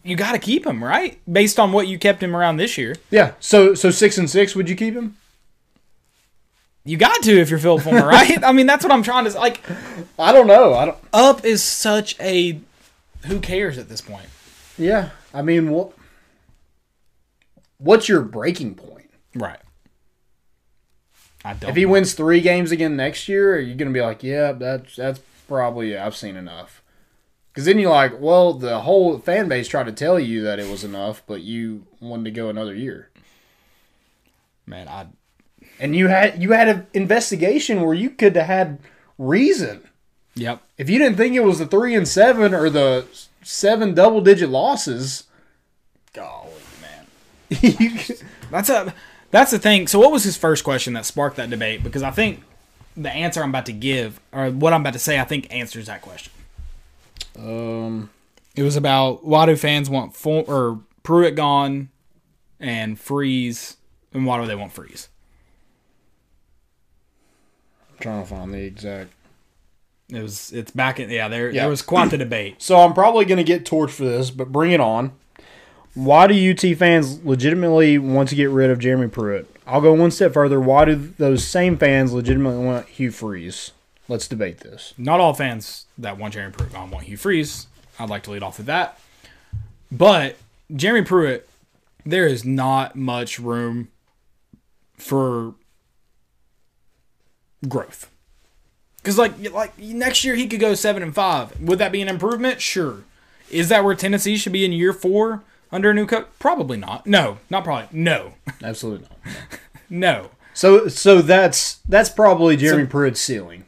[SPEAKER 6] you got to keep him right based on what you kept him around this year.
[SPEAKER 7] Yeah. So so six and six, would you keep him?
[SPEAKER 6] You got to if you're Phil
[SPEAKER 7] [laughs]
[SPEAKER 6] Fulmer, right? I mean, that's what I'm trying to like.
[SPEAKER 7] I don't know. I don't.
[SPEAKER 6] Up is such a who cares at this point?
[SPEAKER 7] Yeah, I mean, what? What's your breaking point?
[SPEAKER 6] Right. I don't.
[SPEAKER 7] If he wins three games again next year, are you going to be like, yeah, that's that's probably I've seen enough? Because then you're like, well, the whole fan base tried to tell you that it was enough, but you wanted to go another year,
[SPEAKER 6] man, I
[SPEAKER 7] and you had you had an investigation where you could have had reason.
[SPEAKER 6] yep.
[SPEAKER 7] If you didn't think it was the three and seven or the seven double digit losses,
[SPEAKER 6] Golly, man.
[SPEAKER 7] [laughs] you could-
[SPEAKER 6] That's a that's the thing. So what was his first question that sparked that debate? Because I think the answer I'm about to give or what I'm about to say I think answers that question.
[SPEAKER 7] um,
[SPEAKER 6] It was about why do fans want full, or Pruitt gone and Freeze and why do they want Freeze?
[SPEAKER 7] trying to find the exact.
[SPEAKER 6] It was it's back in yeah, there
[SPEAKER 7] Yeah.
[SPEAKER 6] there was quite the debate.
[SPEAKER 7] So I'm probably going to get torched for this, but bring it on. Why do UT fans legitimately want to get rid of Jeremy Pruitt? I'll go one step further. Why do those same fans legitimately want Hugh Freeze? Let's debate this.
[SPEAKER 6] Not all fans that want Jeremy Pruitt gone want Hugh Freeze. I'd like to lead off with that. But Jeremy Pruitt, there is not much room for growth. Cause like like next year he could go seven and five. Would that be an improvement? Sure. Is that where Tennessee should be in year four under a new coach? Probably not. No, not probably. No, [laughs]
[SPEAKER 7] Absolutely not.
[SPEAKER 6] no,
[SPEAKER 7] So so that's that's probably Jeremy Pruitt's ceiling.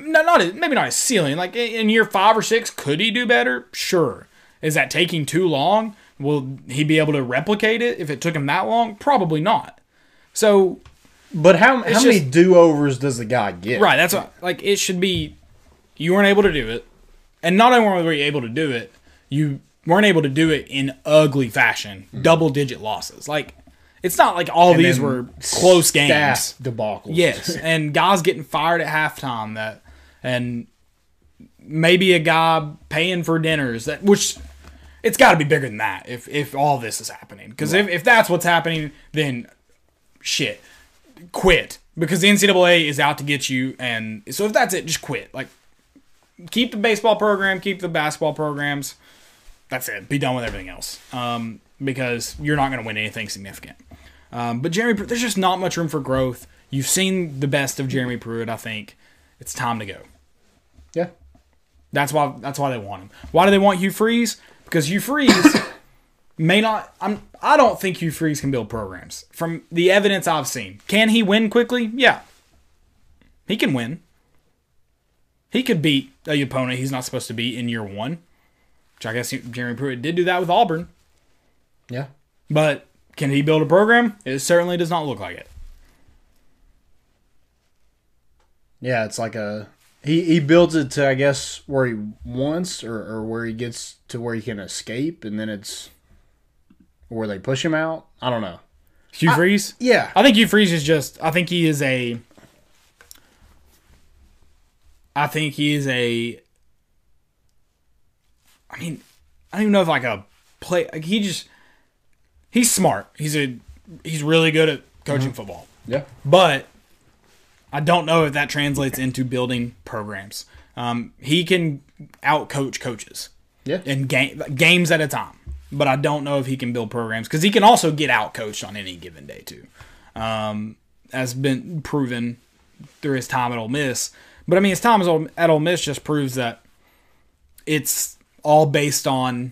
[SPEAKER 6] not not his, maybe not his ceiling. Like in in year five or six, could he do better? Sure. Is that taking too long? Will he be able to replicate it if it took him that long? Probably not. So
[SPEAKER 7] But how how
[SPEAKER 6] It's
[SPEAKER 7] many
[SPEAKER 6] just-
[SPEAKER 7] do overs does the guy get?
[SPEAKER 6] right, that's what, like it should be. You weren't able to do it, and not only were you able to do it, you weren't able to do it in ugly fashion, double digit losses. Like it's not like all these
[SPEAKER 7] Mm. Then
[SPEAKER 6] were close games.
[SPEAKER 7] staff debacle.
[SPEAKER 6] Yes, and guys getting fired at halftime that, and maybe a guy paying for dinners that which it's got to be bigger than that if if all this is happening because if, if that's what's happening then shit quit because the NCAA is out to get you and so if that's it just quit like keep the baseball program keep the basketball programs that's it be done with everything else um, because you're not going to win anything significant. Um, but Jeremy, Pruitt, there's just not much room for growth. You've seen the best of Jeremy Pruitt, I think. It's time to go.
[SPEAKER 7] Yeah.
[SPEAKER 6] That's why. That's why they want him. Why do they want Hugh Freeze? Because Hugh Freeze [coughs] may not. I'm. I don't think Hugh Freeze can build programs from the evidence I've seen. Can he win quickly? Yeah. He can win. He could beat a opponent he's not supposed to beat in year one, which I guess Jeremy Pruitt did do that with Auburn.
[SPEAKER 7] Yeah.
[SPEAKER 6] But can he build a program? It certainly does not look like it.
[SPEAKER 7] Yeah, it's like a he, he builds it to I guess where he wants or, or where he gets to where he can escape and then it's where they push him out. I don't know.
[SPEAKER 6] Hugh Freeze?
[SPEAKER 7] Yeah.
[SPEAKER 6] I think Hugh Freeze is just. I think he is a. I think he is a. I mean, I don't even know if like a play. Like he just. He's smart. He's a. He's really good at coaching football,
[SPEAKER 7] Yeah.
[SPEAKER 6] but I don't know if that translates into building programs. Um, he can outcoach coaches
[SPEAKER 7] Yeah.
[SPEAKER 6] in game, games at a time. But I don't know if he can build programs because he can also get out coached on any given day too. Um, has been proven through his time at Ole Miss. But I mean, his time as Ole- at Ole Miss just proves that it's all based on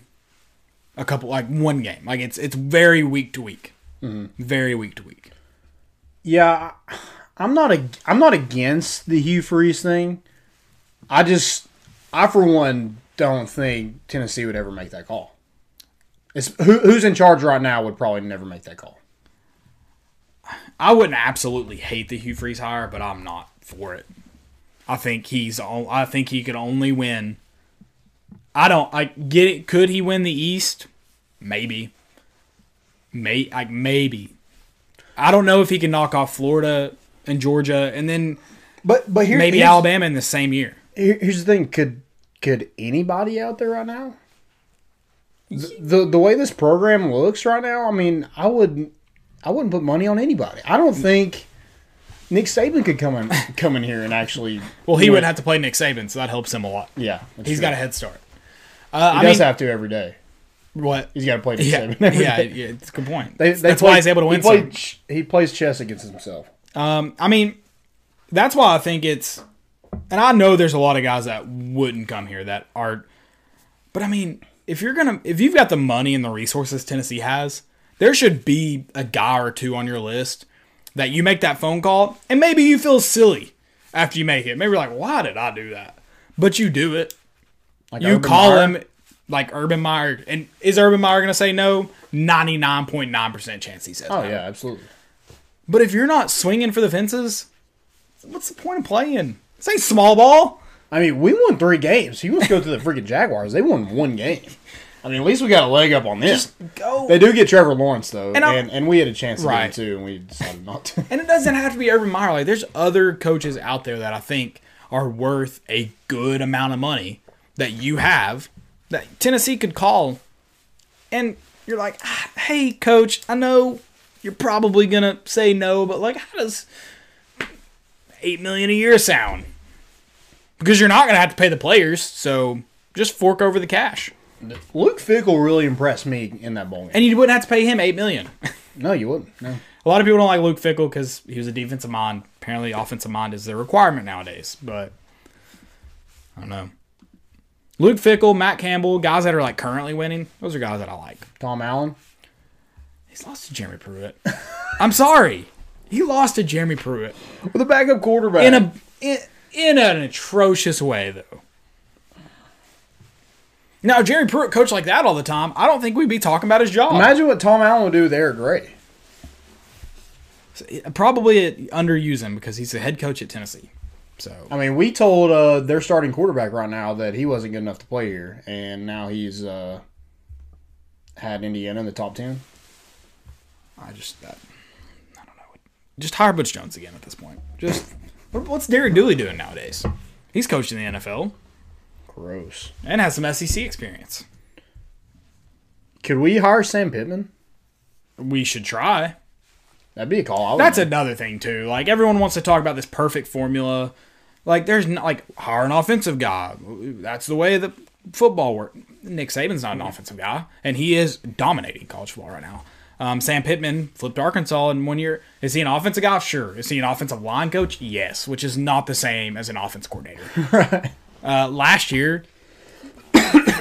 [SPEAKER 6] a couple like one game. Like it's it's very week to week, very week to week.
[SPEAKER 7] yeah, I- I'm not a I'm not against the Hugh Freeze thing. I just I for one don't think Tennessee would ever make that call. It's who, who's in charge right now would probably never make that call.
[SPEAKER 6] I wouldn't absolutely hate the Hugh Freeze hire, but I'm not for it. I think he's on. I think he could only win. I don't. I get it. Could he win the East? Maybe. May like maybe. I don't know if he can knock off Florida and Georgia, and then
[SPEAKER 7] But but here,
[SPEAKER 6] maybe
[SPEAKER 7] here's,
[SPEAKER 6] Alabama in the same year.
[SPEAKER 7] here- here's the thing could could anybody out there right now the, the the way this program looks right now i mean i would i wouldn't put money on anybody i don't think nick saban
[SPEAKER 6] [laughs]
[SPEAKER 7] could come in come in here and actually
[SPEAKER 6] Well, he would have to play Nick Saban, so that helps him a lot.
[SPEAKER 7] yeah
[SPEAKER 6] He's got a head start. Uh,
[SPEAKER 7] He
[SPEAKER 6] I
[SPEAKER 7] does
[SPEAKER 6] mean,
[SPEAKER 7] have to every day.
[SPEAKER 6] what?
[SPEAKER 7] He's got to play to
[SPEAKER 6] Yeah,
[SPEAKER 7] seven.
[SPEAKER 6] yeah,
[SPEAKER 7] every
[SPEAKER 6] yeah,
[SPEAKER 7] day.
[SPEAKER 6] it's a good point.
[SPEAKER 7] They, they
[SPEAKER 6] that's
[SPEAKER 7] play-
[SPEAKER 6] why he's able to
[SPEAKER 7] he
[SPEAKER 6] win.
[SPEAKER 7] played
[SPEAKER 6] some.
[SPEAKER 7] ch- he plays chess against himself.
[SPEAKER 6] Um, I mean, that's why I think it's, and I know there's a lot of guys that wouldn't come here that are, but I mean, if you're gonna, if you've got the money and the resources Tennessee has, there should be a guy or two on your list that you make that phone call, and maybe you feel silly after you make it. Maybe you're like, why did I do that? But you do it.
[SPEAKER 7] Like
[SPEAKER 6] you
[SPEAKER 7] Urban
[SPEAKER 6] call
[SPEAKER 7] Meyer.
[SPEAKER 6] him like Urban Meyer, and is Urban Meyer gonna say no? Ninety nine point nine percent chance he says.
[SPEAKER 7] Oh
[SPEAKER 6] no.
[SPEAKER 7] yeah, absolutely.
[SPEAKER 6] But if you're not swinging for the fences, what's the point of playing? This ain't small ball.
[SPEAKER 7] I mean, we won three games. He wants to go to the freaking Jaguars. They won one game. I mean, at least we got a leg up on this.
[SPEAKER 6] Go.
[SPEAKER 7] They do get Trevor Lawrence though, and
[SPEAKER 6] And I'm-
[SPEAKER 7] and, we had a chance to
[SPEAKER 6] Right.
[SPEAKER 7] get him too, and we decided not to.
[SPEAKER 6] And it doesn't have to be Urban Meyer. Like, there's other coaches out there that I think are worth a good amount of money that you have that Tennessee could call, and you're like, "Ah, hey, coach, I know you're probably gonna say no, but like, how does eight million a year sound? Because you're not gonna have to pay the players, so just fork over the cash.
[SPEAKER 7] [laughs] Luke Fickle really impressed me in that bowl game.
[SPEAKER 6] and you wouldn't have to pay him eight million.
[SPEAKER 7] No, you wouldn't. No.
[SPEAKER 6] a lot of people don't like Luke Fickle because he was a defensive mind. Apparently, offensive mind is the requirement nowadays. But I don't know. Luke Fickle, Matt Campbell, guys that are like currently winning. Those are guys that I like.
[SPEAKER 7] Tom Allen.
[SPEAKER 6] He's lost to Jeremy
[SPEAKER 7] [laughs]
[SPEAKER 6] Pruitt. I'm sorry, he lost to Jeremy Pruitt
[SPEAKER 7] With a backup quarterback.
[SPEAKER 6] in a in, in an atrocious way, though. Now, if Jeremy Pruitt coached like that all the time, I don't think we'd be talking about his job.
[SPEAKER 7] Imagine what Tom Allen would do with Eric Gray.
[SPEAKER 6] probably underuse him because he's the head coach at Tennessee. So
[SPEAKER 7] I mean, we told uh, their starting quarterback right now that he wasn't good enough to play here, and now he's uh, had Indiana in the top ten.
[SPEAKER 6] I just uh, I, I don't know. Just hire Butch Jones again at this point. Just what- what's Derek Dooley doing nowadays? He's coaching the NFL
[SPEAKER 7] Gross.
[SPEAKER 6] and has some SEC experience.
[SPEAKER 7] Could we hire Sam Pittman?
[SPEAKER 6] We should try.
[SPEAKER 7] That'd be a call. I would
[SPEAKER 6] That's
[SPEAKER 7] make.
[SPEAKER 6] another thing too. Like everyone wants to talk about this perfect formula. Like there's not like hire an offensive guy. That's the way the football works. Nick Saban's not an offensive guy, and he is dominating college football right now. Um, Sam Pittman flipped Arkansas in one year. Is he an offensive guy? Sure. Is he an offensive line coach? Yes, which is not the same as an offense coordinator. right. Uh, last year, [coughs]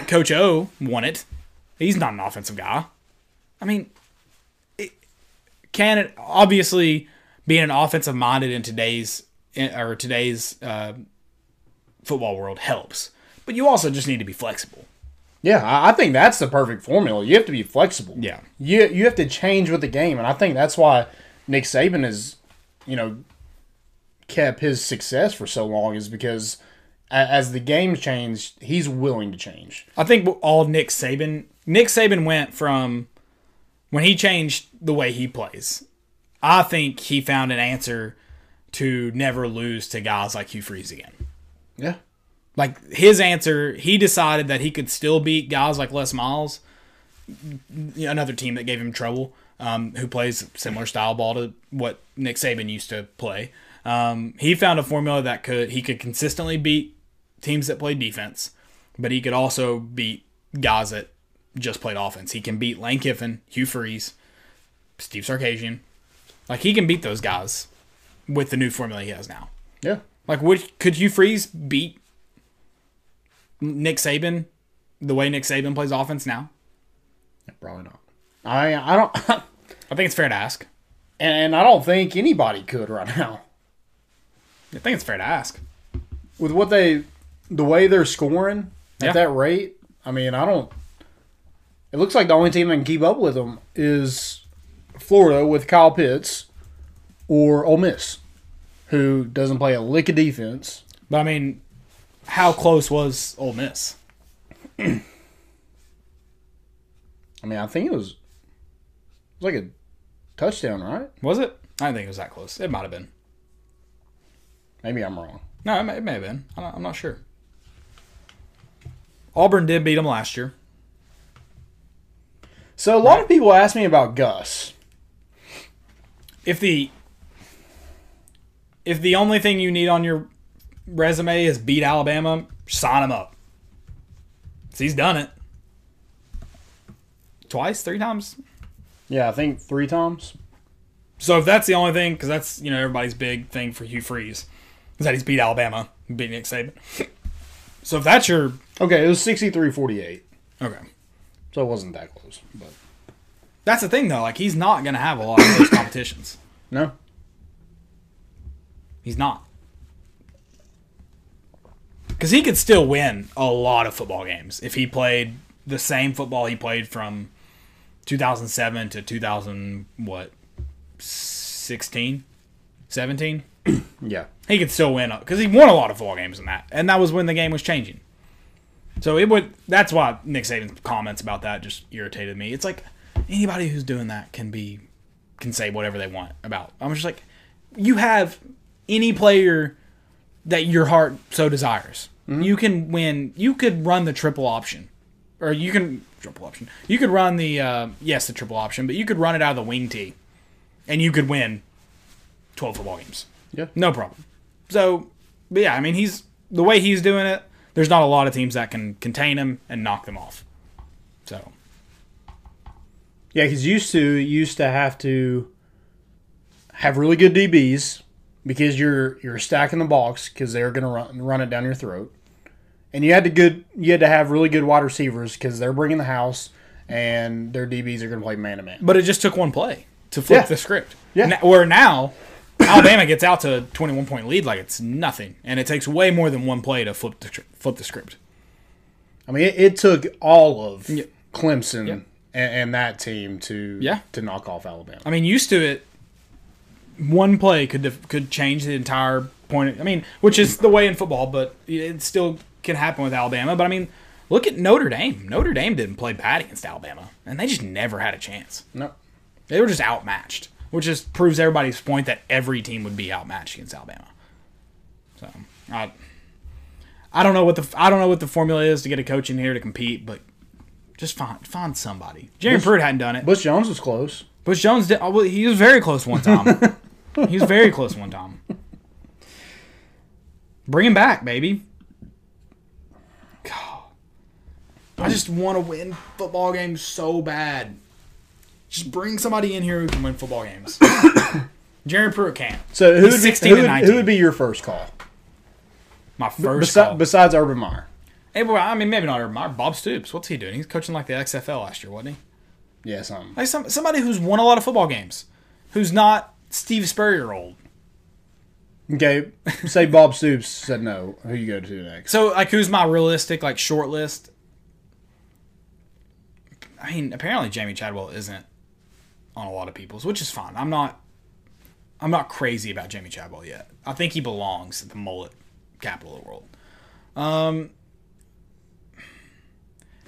[SPEAKER 6] Coach O won it. He's not an offensive guy. I mean, can it obviously being an offensive minded in today's in- or today's uh, football world helps, but you also just need to be flexible.
[SPEAKER 7] yeah. I, I think that's the perfect formula. You have to be flexible.
[SPEAKER 6] Yeah.
[SPEAKER 7] You you have to change with the game, and I think that's why Nick Saban is, you know, kept his success for so long is because a- as the game changed, he's willing to change.
[SPEAKER 6] I think all Nick Saban Nick Saban went from when he changed the way he plays. I think he found an answer to never lose to guys like Hugh Freeze again.
[SPEAKER 7] Yeah.
[SPEAKER 6] like his answer, he decided that he could still beat guys like Les Miles, you know, another team that gave him trouble, um, who plays similar style ball to what Nick Saban used to play. Um, he found a formula that could he could consistently beat teams that play defense, but he could also beat guys that just played offense. He can beat Lane Kiffin, Hugh Freeze, Steve Sarkisian. Like he can beat those guys with the new formula he has now.
[SPEAKER 7] Yeah.
[SPEAKER 6] Like, would could Hugh Freeze beat Nick Saban the way Nick Saban plays offense now?
[SPEAKER 7] Probably not. I I don't. [laughs]
[SPEAKER 6] I think it's fair to ask.
[SPEAKER 7] And I don't think anybody could right now.
[SPEAKER 6] I think it's fair to ask.
[SPEAKER 7] With what they, the way they're scoring at
[SPEAKER 6] Yeah.
[SPEAKER 7] that rate, I mean, I don't. It looks like the only team that can keep up with them is Florida with Kyle Pitts or Ole Miss, who doesn't play a lick of defense.
[SPEAKER 6] But I mean, how close was Ole Miss?
[SPEAKER 7] I mean, I think it was, it was like a touchdown, right?
[SPEAKER 6] Was it? I didn't think it was that close. It might have been.
[SPEAKER 7] Maybe I'm wrong.
[SPEAKER 6] No, it may, it may have been. I don't- I'm not sure. Auburn did beat them last year.
[SPEAKER 7] So a lot of people ask me about Gus.
[SPEAKER 6] If the if the only thing you need on your resume is beat Alabama, sign him up. he's done it twice, three times.
[SPEAKER 7] Yeah, I think three times.
[SPEAKER 6] So if that's the only thing, because that's you know everybody's big thing for Hugh Freeze, is that he's beat Alabama, beat Nick Saban. So if that's your
[SPEAKER 7] Okay, it was 63-48,
[SPEAKER 6] okay,
[SPEAKER 7] so it wasn't that close. But
[SPEAKER 6] that's the thing though. Like he's not gonna have a lot of those competitions.
[SPEAKER 7] no,
[SPEAKER 6] He's not. Because he could still win a lot of football games if he played the same football he played from 2007 to 2000 what 16 17
[SPEAKER 7] yeah,
[SPEAKER 6] he could still win because he won a lot of football games in that, and that was when the game was changing. So it would. That's why Nick Saban's comments about that just irritated me. It's like anybody who's doing that can be can say whatever they want about. I'm just like, you have any player that your heart so desires. You can win. You could run the triple option, or you can triple option. You could run the uh, yes the triple option, but you could run it out of the wing tee, and you could win twelve football games.
[SPEAKER 7] yeah,
[SPEAKER 6] No problem. So, but yeah, I mean, he's the way he's doing it. There's not a lot of teams that can contain him and knock them off. So,
[SPEAKER 7] yeah. Because used to used to have to have really good DBs because you're you're stacking the box because they're gonna run run it down your throat, and you had to good you had to have really good wide receivers because they're bringing the house and their DBs are gonna play man to man.
[SPEAKER 6] but it just took one play to flip
[SPEAKER 7] Yeah.
[SPEAKER 6] the script.
[SPEAKER 7] Yeah.
[SPEAKER 6] Now, where now Alabama gets out to a 21 point lead like it's nothing, and it takes way more than one play to flip the tr- flip the script.
[SPEAKER 7] I mean, it, it took all of
[SPEAKER 6] Yeah.
[SPEAKER 7] Clemson and, and that team to
[SPEAKER 6] Yeah.
[SPEAKER 7] to knock off Alabama.
[SPEAKER 6] I mean, used to it, one play could def- could change the entire point. I mean, which is the way in football, but it still can happen with Alabama. But I mean, look at Notre Dame. Notre Dame didn't play bad against Alabama, and they just never had a chance.
[SPEAKER 7] no,
[SPEAKER 6] They were just outmatched, which just proves everybody's point that every team would be outmatched against Alabama. So I, I don't know what the I don't know what the formula is to get a coach in here to compete, but just find find somebody. Jerry Pruitt hadn't done it.
[SPEAKER 7] Bush Jones was close.
[SPEAKER 6] Bush Jones did. oh, well, He was very close one
[SPEAKER 7] [laughs]
[SPEAKER 6] time. he was very close one time. Bring him back, baby. God. I just want to win football games so bad. Just bring somebody in here who can win football games. [coughs] Jerry Pruitt can't.
[SPEAKER 7] So who
[SPEAKER 6] He's
[SPEAKER 7] would, be,
[SPEAKER 6] 16
[SPEAKER 7] who,
[SPEAKER 6] and
[SPEAKER 7] would,
[SPEAKER 6] 19.
[SPEAKER 7] who would be your first call?
[SPEAKER 6] My first
[SPEAKER 7] Besi-
[SPEAKER 6] call.
[SPEAKER 7] Besides Urban Meyer.
[SPEAKER 6] Hey, well, I mean, maybe not Urban Meyer. Bob Stoops. What's he doing? He's coaching like the XFL last year, wasn't he?
[SPEAKER 7] Yeah, something.
[SPEAKER 6] Like some, somebody who's won a lot of football games, who's not Steve Spurrier old.
[SPEAKER 7] Okay, say Bob Stoops said no. Who you go to next?
[SPEAKER 6] So, like, who's my realistic like short list? I mean, apparently Jamie Chadwell isn't on a lot of people's, which is fine. I'm not, I'm not crazy about Jamie Chadwell yet. I think he belongs at the mullet capital of the world. Um,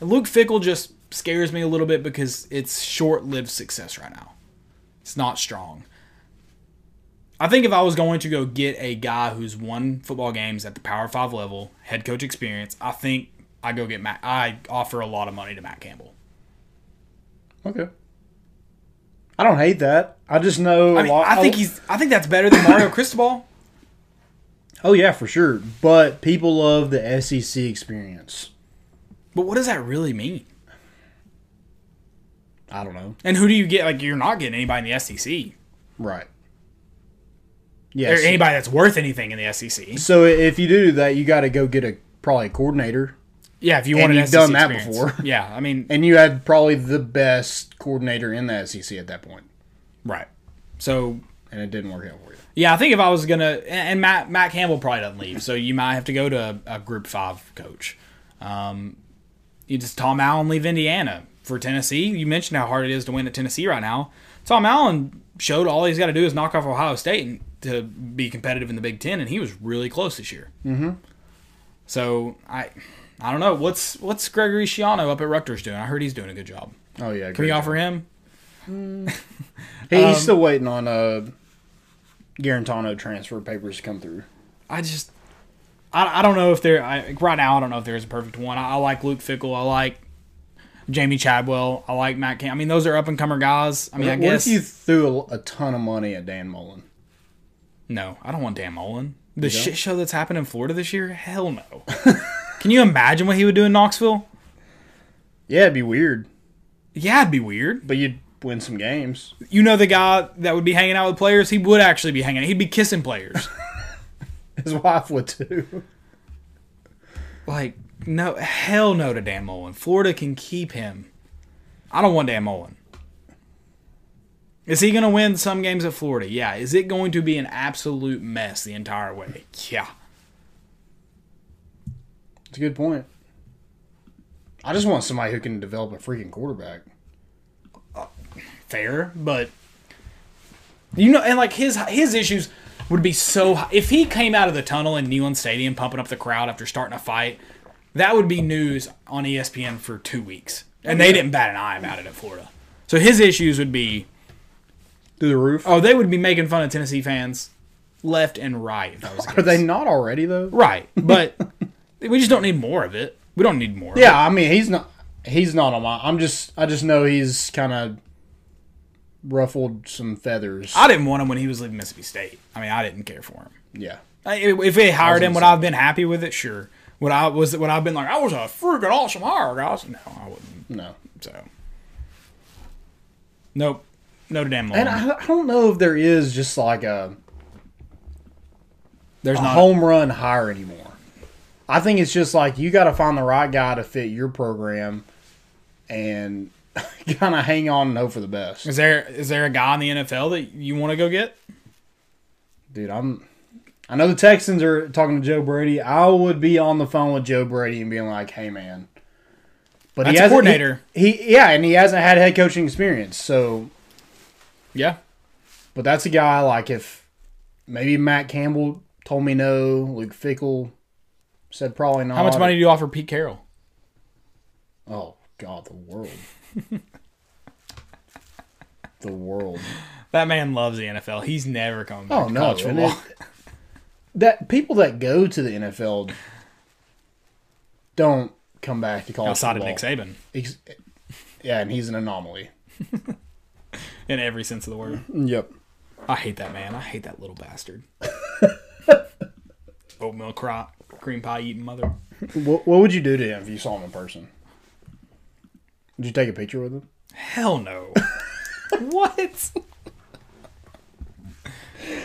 [SPEAKER 6] Luke Fickle just scares me a little bit because it's short-lived success right now. It's not strong. I think if I was going to go get a guy who's won football games at the Power Five level, head coach experience, I think I go get Matt. I offer a lot of money to Matt Campbell.
[SPEAKER 7] Okay. I don't hate that. I just know.
[SPEAKER 6] I mean, I think he's. I think that's better than Mario Cristobal.
[SPEAKER 7] Oh yeah, for sure. But people love the SEC experience.
[SPEAKER 6] But what does that really mean?
[SPEAKER 7] I don't know.
[SPEAKER 6] And who do you get? Like, you're not getting anybody in the SEC
[SPEAKER 7] Right.
[SPEAKER 6] or
[SPEAKER 7] Yes.
[SPEAKER 6] anybody that's worth anything in the E SEC.
[SPEAKER 7] so if you do that, you got to go get a probably a coordinator.
[SPEAKER 6] Yeah, if you
[SPEAKER 7] And
[SPEAKER 6] want an
[SPEAKER 7] you've
[SPEAKER 6] SEC
[SPEAKER 7] done that
[SPEAKER 6] experience. [laughs]
[SPEAKER 7] before.
[SPEAKER 6] Yeah, I mean,
[SPEAKER 7] And you had probably the best coordinator in the SEC at that point,
[SPEAKER 6] right. So
[SPEAKER 7] and it didn't work out for you.
[SPEAKER 6] Yeah, I think if I was gonna, and- and Matt Matt Campbell probably doesn't leave, so you might have to go to a, a Group Five coach. Um, you just Tom Allen leave Indiana for Tennessee. You mentioned how hard it is to win at Tennessee right now. Tom Allen showed all he's got to do is knock off Ohio State and, to be competitive in the Big Ten, and he was really close this year. Mm-hmm. So I, I don't know what's what's Gregory Schiano up at Rutgers doing. I heard he's doing a good job.
[SPEAKER 7] Oh yeah,
[SPEAKER 6] Can we offer um, him?
[SPEAKER 7] Hey, he's still waiting on uh, Garantano transfer papers to come through.
[SPEAKER 6] I just I, I don't know if there I, right now I don't know if there's a perfect one. I, I like Luke Fickle. I like Jamie Chadwell. I like Matt Cam. I mean, those are up and comer guys. I mean, I
[SPEAKER 7] what
[SPEAKER 6] guess
[SPEAKER 7] if you threw a, a ton of money at Dan Mullen?
[SPEAKER 6] no. I don't want Dan Mullen. The shit show that's happened in Florida this year. Hell no. Can you imagine what he would do in Knoxville?
[SPEAKER 7] Yeah, it'd be weird,
[SPEAKER 6] Yeah, it'd be weird.
[SPEAKER 7] but you'd win some games. [laughs]
[SPEAKER 6] You know the guy that would be hanging out with players, he would actually be hanging. He'd be kissing players.
[SPEAKER 7] His wife would too.
[SPEAKER 6] like no, hell no to Dan Mullen. Florida can keep him. I don't want Dan Mullen. Is he going to win some games at Florida? Yeah. Is it going to be an absolute mess the entire way? Yeah.
[SPEAKER 7] It's a good point. I just want somebody who can develop a freaking quarterback.
[SPEAKER 6] fair, but you know, and like his his issues would be so high. if he came out of the tunnel in Neyland Stadium pumping up the crowd after starting a fight, that would be news on E ESPN for two weeks, and they didn't bat an eye about it at Florida. So his issues would be
[SPEAKER 7] Through the roof.
[SPEAKER 6] oh they would be making fun of Tennessee fans left and right if that was the
[SPEAKER 7] [laughs] Are
[SPEAKER 6] case.
[SPEAKER 7] they not already though?
[SPEAKER 6] right, but [laughs] we just don't need more of it. We don't need more.
[SPEAKER 7] Yeah, I mean he's not he's not on my I'm just I just know he's kinda ruffled some feathers.
[SPEAKER 6] I didn't want him when he was leaving Mississippi State. I mean, I didn't care for him.
[SPEAKER 7] yeah.
[SPEAKER 6] I- If they hired him, would I have been happy with it? Sure. Would I was would I have been like I was a freaking awesome hire, guys? No, I wouldn't.
[SPEAKER 7] No.
[SPEAKER 6] So, nope, no damn.
[SPEAKER 7] And
[SPEAKER 6] Mullen.
[SPEAKER 7] I, I don't know if there is just like a,
[SPEAKER 6] There's
[SPEAKER 7] a
[SPEAKER 6] not
[SPEAKER 7] home run hire anymore. I think it's just like you got to find the right guy to fit your program and [laughs] kind of hang on and hope for the best.
[SPEAKER 6] Is there is there a guy in the NFL that you want to go get?
[SPEAKER 7] Dude, I'm. I know the Texans are talking to Joe Brady. I would be on the phone with Joe Brady and being like, "Hey, man." But
[SPEAKER 6] That's a
[SPEAKER 7] hasn't-
[SPEAKER 6] coordinator.
[SPEAKER 7] He, he yeah, and he hasn't had head coaching experience. So,
[SPEAKER 6] Yeah,
[SPEAKER 7] but that's a guy like if maybe Matt Campbell told me no, Luke Fickle said probably not.
[SPEAKER 6] how much money do you offer Pete Carroll?
[SPEAKER 7] Oh God,
[SPEAKER 6] [laughs]
[SPEAKER 7] the world. the world.
[SPEAKER 6] That man loves the NFL. He's never coming back.
[SPEAKER 7] Oh
[SPEAKER 6] to
[SPEAKER 7] no,
[SPEAKER 6] college
[SPEAKER 7] and
[SPEAKER 6] football.
[SPEAKER 7] it- that people that go to the NFL don't come back to college
[SPEAKER 6] outside of
[SPEAKER 7] football.
[SPEAKER 6] Nick Saban
[SPEAKER 7] Ex- yeah, and he's an anomaly.
[SPEAKER 6] in every sense of the word.
[SPEAKER 7] Yep.
[SPEAKER 6] I hate that man. I hate that little bastard. Oatmeal crop, cream pie eating mother.
[SPEAKER 7] What, what would you do to him if you saw him in person? Would you take a picture with him?
[SPEAKER 6] Hell no. [laughs] what?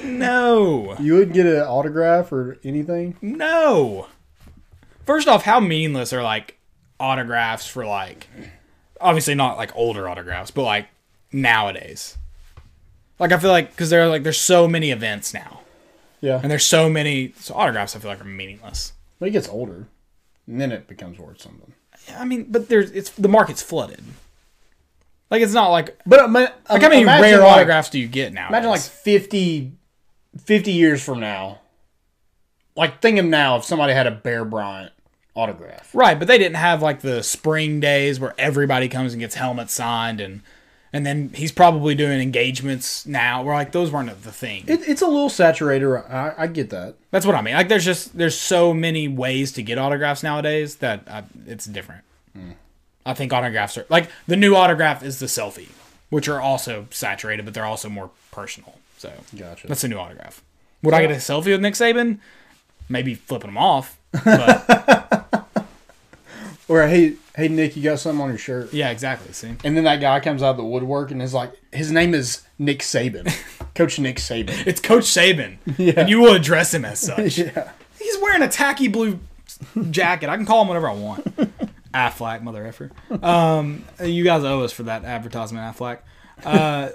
[SPEAKER 6] No.
[SPEAKER 7] You wouldn't get an autograph or anything.
[SPEAKER 6] No. First off, how meaningless are like autographs for like obviously not like older autographs, but like nowadays. Like I feel like cuz there are like there's so many events now.
[SPEAKER 7] Yeah,
[SPEAKER 6] And there's so many so autographs I feel like are meaningless.
[SPEAKER 7] but he gets older, and then it becomes worth something.
[SPEAKER 6] I mean, but there's it's the market's flooded. Like it's not like
[SPEAKER 7] But uh, um, I mean,
[SPEAKER 6] like how many rare autographs do you get now?
[SPEAKER 7] Imagine like 50, 50 years from now. Like think of now if somebody had a Bear Bryant autograph.
[SPEAKER 6] Right, but they didn't have like the spring days where everybody comes and gets helmets signed and and then he's probably doing engagements now. We're like those weren't the thing.
[SPEAKER 7] It, it's a little saturated. I, I get that.
[SPEAKER 6] That's what I mean. Like there's just there's so many ways to get autographs nowadays that I, it's different.
[SPEAKER 7] Hmm.
[SPEAKER 6] I think autographs are like the new autograph is the selfie, which are also saturated, but they're also more personal. So
[SPEAKER 7] Gotcha.
[SPEAKER 6] that's a new autograph. Would I get a selfie with Nick Saban? Maybe flipping him off.
[SPEAKER 7] [laughs]
[SPEAKER 6] But
[SPEAKER 7] Or hey, hey Nick, you got something on your shirt.
[SPEAKER 6] yeah, exactly. See.
[SPEAKER 7] And then that guy comes out of the woodwork and is like, his name is Nick [laughs] Saban, Coach Nick Saban.
[SPEAKER 6] It's Coach Saban, and you will address him as such.
[SPEAKER 7] [laughs] yeah.
[SPEAKER 6] He's wearing a tacky blue jacket. I can call him whatever I want. Affleck, mother effer. Um, you guys owe us for that advertisement, Affleck. Uh,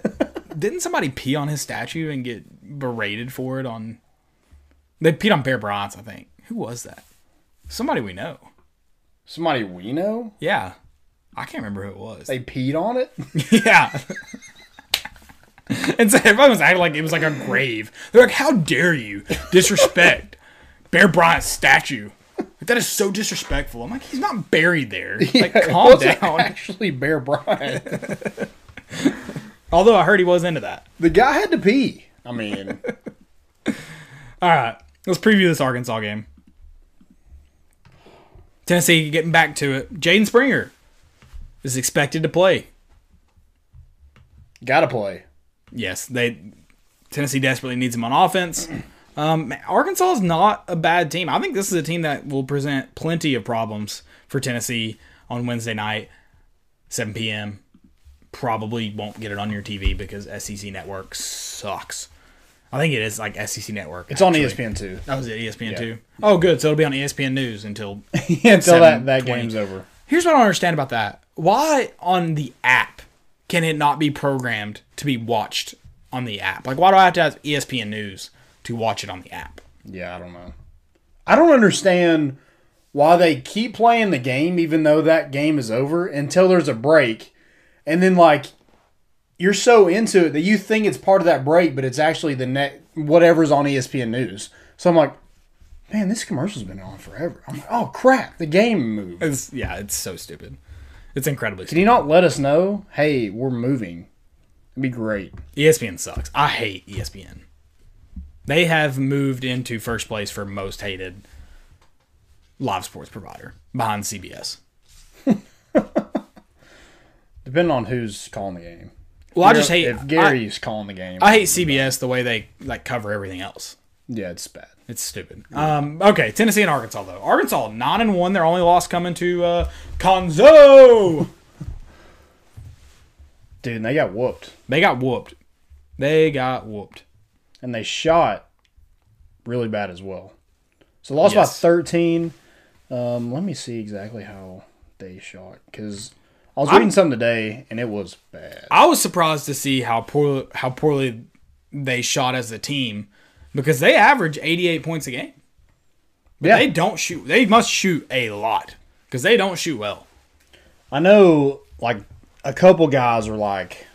[SPEAKER 6] didn't somebody pee on his statue and get berated for it? On they peed on Bear Bryant, I think. Who was that? Somebody we know.
[SPEAKER 7] Somebody we know
[SPEAKER 6] Yeah, I can't remember who it was.
[SPEAKER 7] they peed on it.
[SPEAKER 6] Yeah. [laughs] and so everyone was acting like it was like a grave. They're like, how dare you disrespect Bear Bryant's statue? Like, that is so disrespectful. I'm like, he's not buried there. [laughs]
[SPEAKER 7] [laughs]
[SPEAKER 6] Like, calm
[SPEAKER 7] Wasn't
[SPEAKER 6] down.
[SPEAKER 7] Actually, Bear Bryant.
[SPEAKER 6] [laughs] Although I heard he was into that.
[SPEAKER 7] the guy had to pee. I [laughs] mean,
[SPEAKER 6] All right, let's preview this Arkansas game. Tennessee getting back to it. Jaden Springer is expected to play.
[SPEAKER 7] gotta play.
[SPEAKER 6] Yes, they Tennessee desperately needs him on offense. Um, Arkansas is not a bad team. I think this is a team that will present plenty of problems for Tennessee on Wednesday night. 7 p.m. Probably won't get it on your TV because SEC Network sucks. I think it is like SEC Network.
[SPEAKER 7] It's on E
[SPEAKER 6] actually.
[SPEAKER 7] ESPN too.
[SPEAKER 6] That was it, ESPN two. Oh, good. So it'll be on ESPN News until
[SPEAKER 7] [laughs] Until that, that
[SPEAKER 6] 7:20.
[SPEAKER 7] game's over.
[SPEAKER 6] Here's what I don't understand about that. Why on the app can it not be programmed to be watched on the app? Like, why do I have E to have ESPN News to watch it on the app?
[SPEAKER 7] Yeah, I don't know. I don't understand why they keep playing the game even though that game is over until there's a break. And then like you're so into it that you think it's part of that break, but it's actually the net whatever's on E ESPN news. So I'm like, man, this commercial's been on forever. I'm like, oh crap, the game moved. Can
[SPEAKER 6] It's yeah, it's so stupid. It's incredibly stupid.
[SPEAKER 7] you not let us know? Hey, we're moving. It'd be great.
[SPEAKER 6] ESPN sucks. I hate E ESPN. They have moved into first place for most hated live sports provider behind CBS.
[SPEAKER 7] Depending on who's calling the game.
[SPEAKER 6] Well, I just hate
[SPEAKER 7] if Gary's calling the game.
[SPEAKER 6] I, I hate CBS the way they like cover everything else.
[SPEAKER 7] yeah, it's bad.
[SPEAKER 6] It's stupid. Um, okay, Tennessee and Arkansas though. Arkansas nine and one. Their only loss coming to uh, Conzo.
[SPEAKER 7] Dude, and they got whooped.
[SPEAKER 6] They got whooped. They got whooped.
[SPEAKER 7] and they shot really bad as well. So lost
[SPEAKER 6] Yes.
[SPEAKER 7] by 13. Um, let me see exactly how they shot because I was reading something today and it was bad.
[SPEAKER 6] I was surprised to see how poor how poorly they shot as a team because they average 88 points a game. But
[SPEAKER 7] Yeah.
[SPEAKER 6] they don't shoot. They must shoot a lot because they don't shoot well.
[SPEAKER 7] I know like a couple guys are like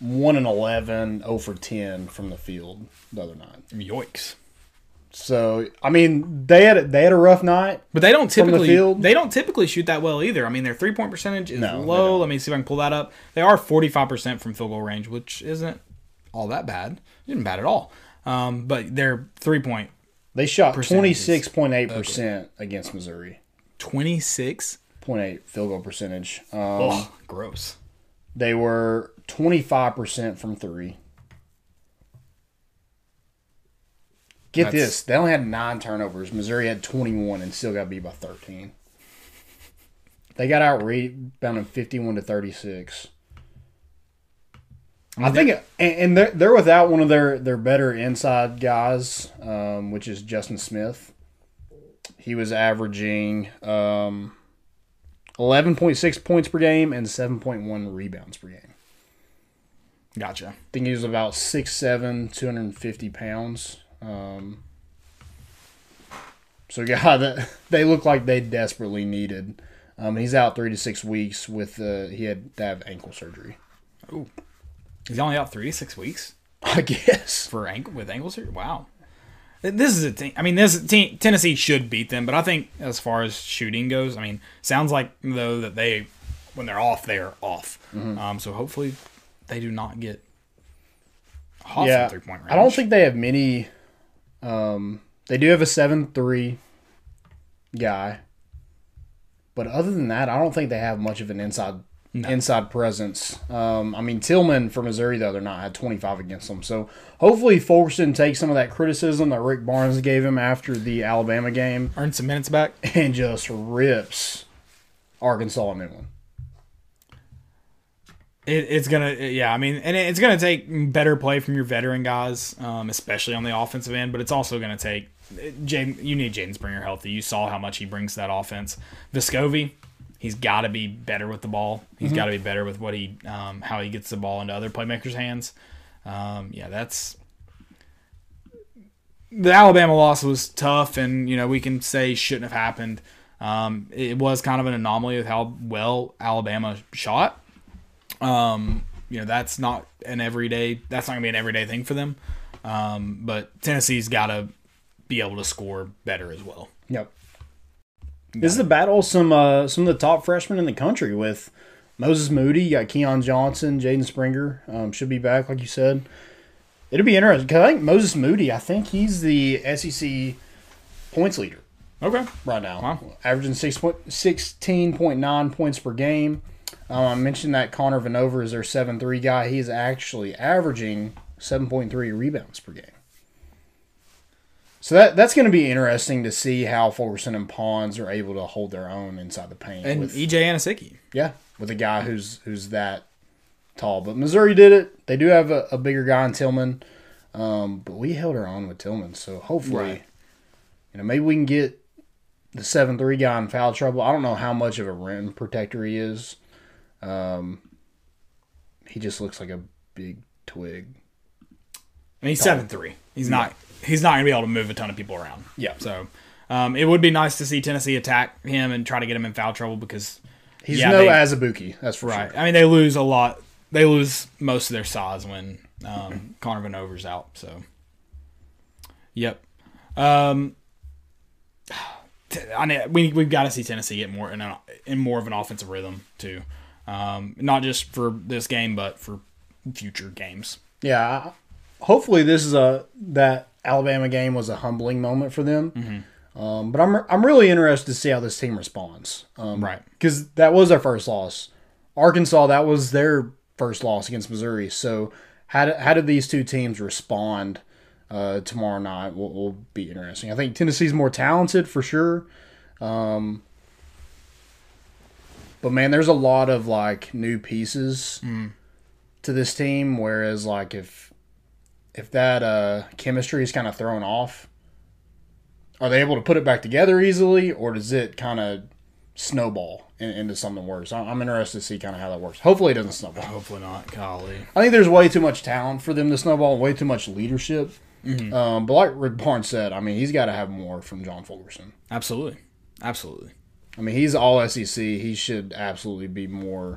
[SPEAKER 7] one and 11, 0 for ten from the field the other night.
[SPEAKER 6] Yoicks.
[SPEAKER 7] So I mean they had a, they had a rough night.
[SPEAKER 6] But they don't
[SPEAKER 7] the
[SPEAKER 6] typically
[SPEAKER 7] field?
[SPEAKER 6] they don't typically shoot that well either. I mean, their three point percentage is
[SPEAKER 7] No, they
[SPEAKER 6] low.
[SPEAKER 7] don't.
[SPEAKER 6] Let me see if I can pull that up. They are forty five percent from field goal range, which isn't all that bad. Isn't bad at all. Um, but their three point
[SPEAKER 7] They shot
[SPEAKER 6] Percentages.
[SPEAKER 7] 26.8% against Missouri.
[SPEAKER 6] twenty six.
[SPEAKER 7] 0.8 field goal percentage. Um,
[SPEAKER 6] Oh, gross.
[SPEAKER 7] They were 25% from three. Get
[SPEAKER 6] That's-
[SPEAKER 7] this. They only had nine turnovers. Missouri had 21 and still got beat by 13. They got out rebounded 51 to 36. I think, and, and they're, they're without one of their, their better inside guys, um, which is Justin Smith. He was averaging um, 11.6 points per game and 7.1 rebounds per game.
[SPEAKER 6] Gotcha.
[SPEAKER 7] I think he was about 6'7", 250 pounds. Um, so, [laughs] yeah, that, they look like they desperately needed. Um, he's out three to six weeks with uh, he had to have ankle surgery. [laughs]
[SPEAKER 6] He's only out three to six weeks.
[SPEAKER 7] I guess.
[SPEAKER 6] for ankle with ankle surgery. Wow, this is a team. I mean, this team, Tennessee should beat them, but I think as far as shooting goes, I mean, sounds like though that they when they're off, they are off.
[SPEAKER 7] Mm-hmm.
[SPEAKER 6] Um, so hopefully, they do not get hot
[SPEAKER 7] yeah,
[SPEAKER 6] from three point range.
[SPEAKER 7] I don't think they have many. Um, they do have a seven three guy, but other than that, I don't think they have much of an inside inside presence. Um, I mean Tillman from Missouri the other night had twenty five against them, so hopefully Fulkerson takes some of that criticism that Rick Barnes gave him after the Alabama game [laughs]
[SPEAKER 6] earn some minutes back.
[SPEAKER 7] and just rips Arkansas a new one.
[SPEAKER 6] It, it's gonna, yeah. I mean, and it- it's gonna take better play from your veteran guys, um, especially on the offensive end. But it's also gonna take Jaden. You need Jaden Springer healthy. You saw how much he brings to that offense. Viscovi, he's got to be better with the ball. He's got to be better with what he, um, how he gets the ball into other playmakers' hands. Um, yeah, that's the Alabama loss was tough, and you know we can say shouldn't have happened. Um, it was kind of an anomaly with how well Alabama shot Um, you know that's not an everyday that's not gonna be an everyday thing for them um, but tennessee's gotta be able to score better as well
[SPEAKER 7] Yep. This is the battle some uh, some of the top freshmen in the country with Moses Moody, you got Keon Johnson, Jaden Springer um, should be back, like you said. It'll be interesting because I think Moses Moody, I think he's the SEC points leader
[SPEAKER 6] okay
[SPEAKER 7] right now,
[SPEAKER 6] Wow.
[SPEAKER 7] averaging six point, 16.9 points per game. Um, I mentioned that Connor Vanover is their 7 3 guy. He's actually averaging 7.3 rebounds per game. So that that's going to be interesting to see how Fulkerson and Pons are able to hold their own inside the paint.
[SPEAKER 6] And
[SPEAKER 7] with,
[SPEAKER 6] EJ E Anasicki.
[SPEAKER 7] yeah, with a guy who's who's that tall. But Missouri did it. They do have a, a bigger guy in Tillman, um, but we held our own with Tillman. So hopefully,
[SPEAKER 6] Right.
[SPEAKER 7] you know, maybe we can get the seven three guy in foul trouble. I don't know how much of a rim protector he is. Um, he just looks like a big twig.
[SPEAKER 6] And he's seven three. He's not. He's not going to be able to move a ton of people around.
[SPEAKER 7] Yeah.
[SPEAKER 6] So um, it would be nice to see Tennessee attack him and try to get him in foul trouble because
[SPEAKER 7] He's
[SPEAKER 6] Yeah,
[SPEAKER 7] no
[SPEAKER 6] they-
[SPEAKER 7] Azabuki. That's for
[SPEAKER 6] right.
[SPEAKER 7] sure.
[SPEAKER 6] I mean they lose a lot. They lose most of their size when um, Connor Vanover's out. So. Yep. Um, [sighs] t- I know, we we've got to see Tennessee get more in a, in more of an offensive rhythm too, um, not just for this game but for future games.
[SPEAKER 7] Yeah. I- Hopefully, this is a that Alabama game was a humbling moment for them. Um, but I'm I'm really interested to see how this team responds. Um,
[SPEAKER 6] Right.
[SPEAKER 7] Because that was their first loss. Arkansas, that was their first loss against Missouri. So how do, how do these two teams respond uh, tomorrow night? Will, will be interesting. I think Tennessee's more talented for sure. Um, but man, there's a lot of like new pieces to this team. Whereas like if if that uh, chemistry is kind of thrown off, are they able to put it back together easily, or does it kind of snowball in, into something worse? I- I'm interested to see kind of how that works. Hopefully, it doesn't snowball.
[SPEAKER 6] Hopefully not, Collie.
[SPEAKER 7] I think there's way too much talent for them to snowball, and way too much leadership.
[SPEAKER 6] Mm-hmm.
[SPEAKER 7] Um, but like Rick Barnes said, I mean, he's got to have more from John Fulkerson.
[SPEAKER 6] Absolutely, absolutely.
[SPEAKER 7] I mean, he's all SEC. He should absolutely be more.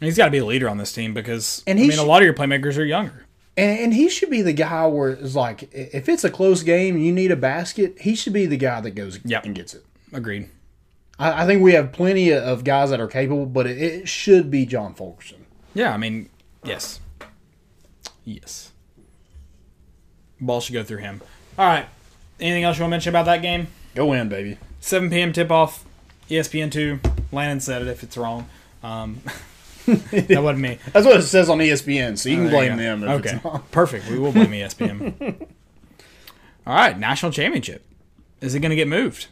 [SPEAKER 6] And He's got to be a leader on this team because
[SPEAKER 7] And
[SPEAKER 6] I
[SPEAKER 7] he
[SPEAKER 6] mean, a
[SPEAKER 7] should-
[SPEAKER 6] lot of your playmakers are younger.
[SPEAKER 7] And, and he should be the guy where it's like, i- if it's a close game, you need a basket, he should be the guy that goes
[SPEAKER 6] Yep.
[SPEAKER 7] and gets it.
[SPEAKER 6] Agreed.
[SPEAKER 7] I, I think we have plenty of guys that are capable, but it, it should be John Fulkerson.
[SPEAKER 6] Yeah, I mean, yes, yes. Ball should go through him. All right. Anything else you want to mention about that game?
[SPEAKER 7] Go in, baby.
[SPEAKER 6] 7 p.m. tip off. ESPN two. Landon said it. If it's wrong, um, [laughs] that wasn't me.
[SPEAKER 7] That's what it says on E ESPN, so you can
[SPEAKER 6] Oh, There you
[SPEAKER 7] [laughs] blame
[SPEAKER 6] go.
[SPEAKER 7] them if
[SPEAKER 6] okay,
[SPEAKER 7] it's not.
[SPEAKER 6] perfect. We will blame E ESPN.
[SPEAKER 7] [laughs]
[SPEAKER 6] All right, national championship. Is it going to get moved?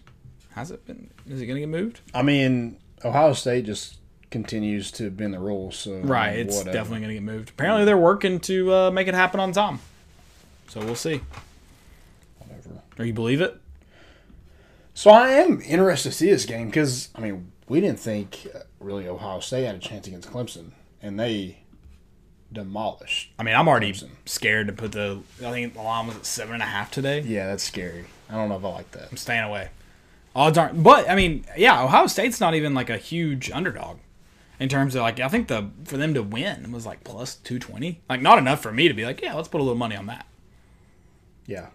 [SPEAKER 6] Has it been? Is it going to get moved?
[SPEAKER 7] I mean, Ohio State just continues to bend the rules, so
[SPEAKER 6] Right, it's definitely going to get moved. Apparently, they're working to uh, make it happen on time. So we'll see.
[SPEAKER 7] Whatever.
[SPEAKER 6] Or you believe it?
[SPEAKER 7] So I am interested to see this game because I mean we didn't think uh, really Ohio State had a chance against Clemson, and they demolished.
[SPEAKER 6] I mean, I'm already scared to put the. I think the line was at seven and a half today.
[SPEAKER 7] Yeah, that's scary. I don't know if I like that.
[SPEAKER 6] I'm staying away. Odds aren't, but I mean, yeah, Ohio State's not even like a huge underdog in terms of like. I think the for them to win was like plus two twenty, like not enough for me to be like, yeah, let's put a little money on that.
[SPEAKER 7] Yeah,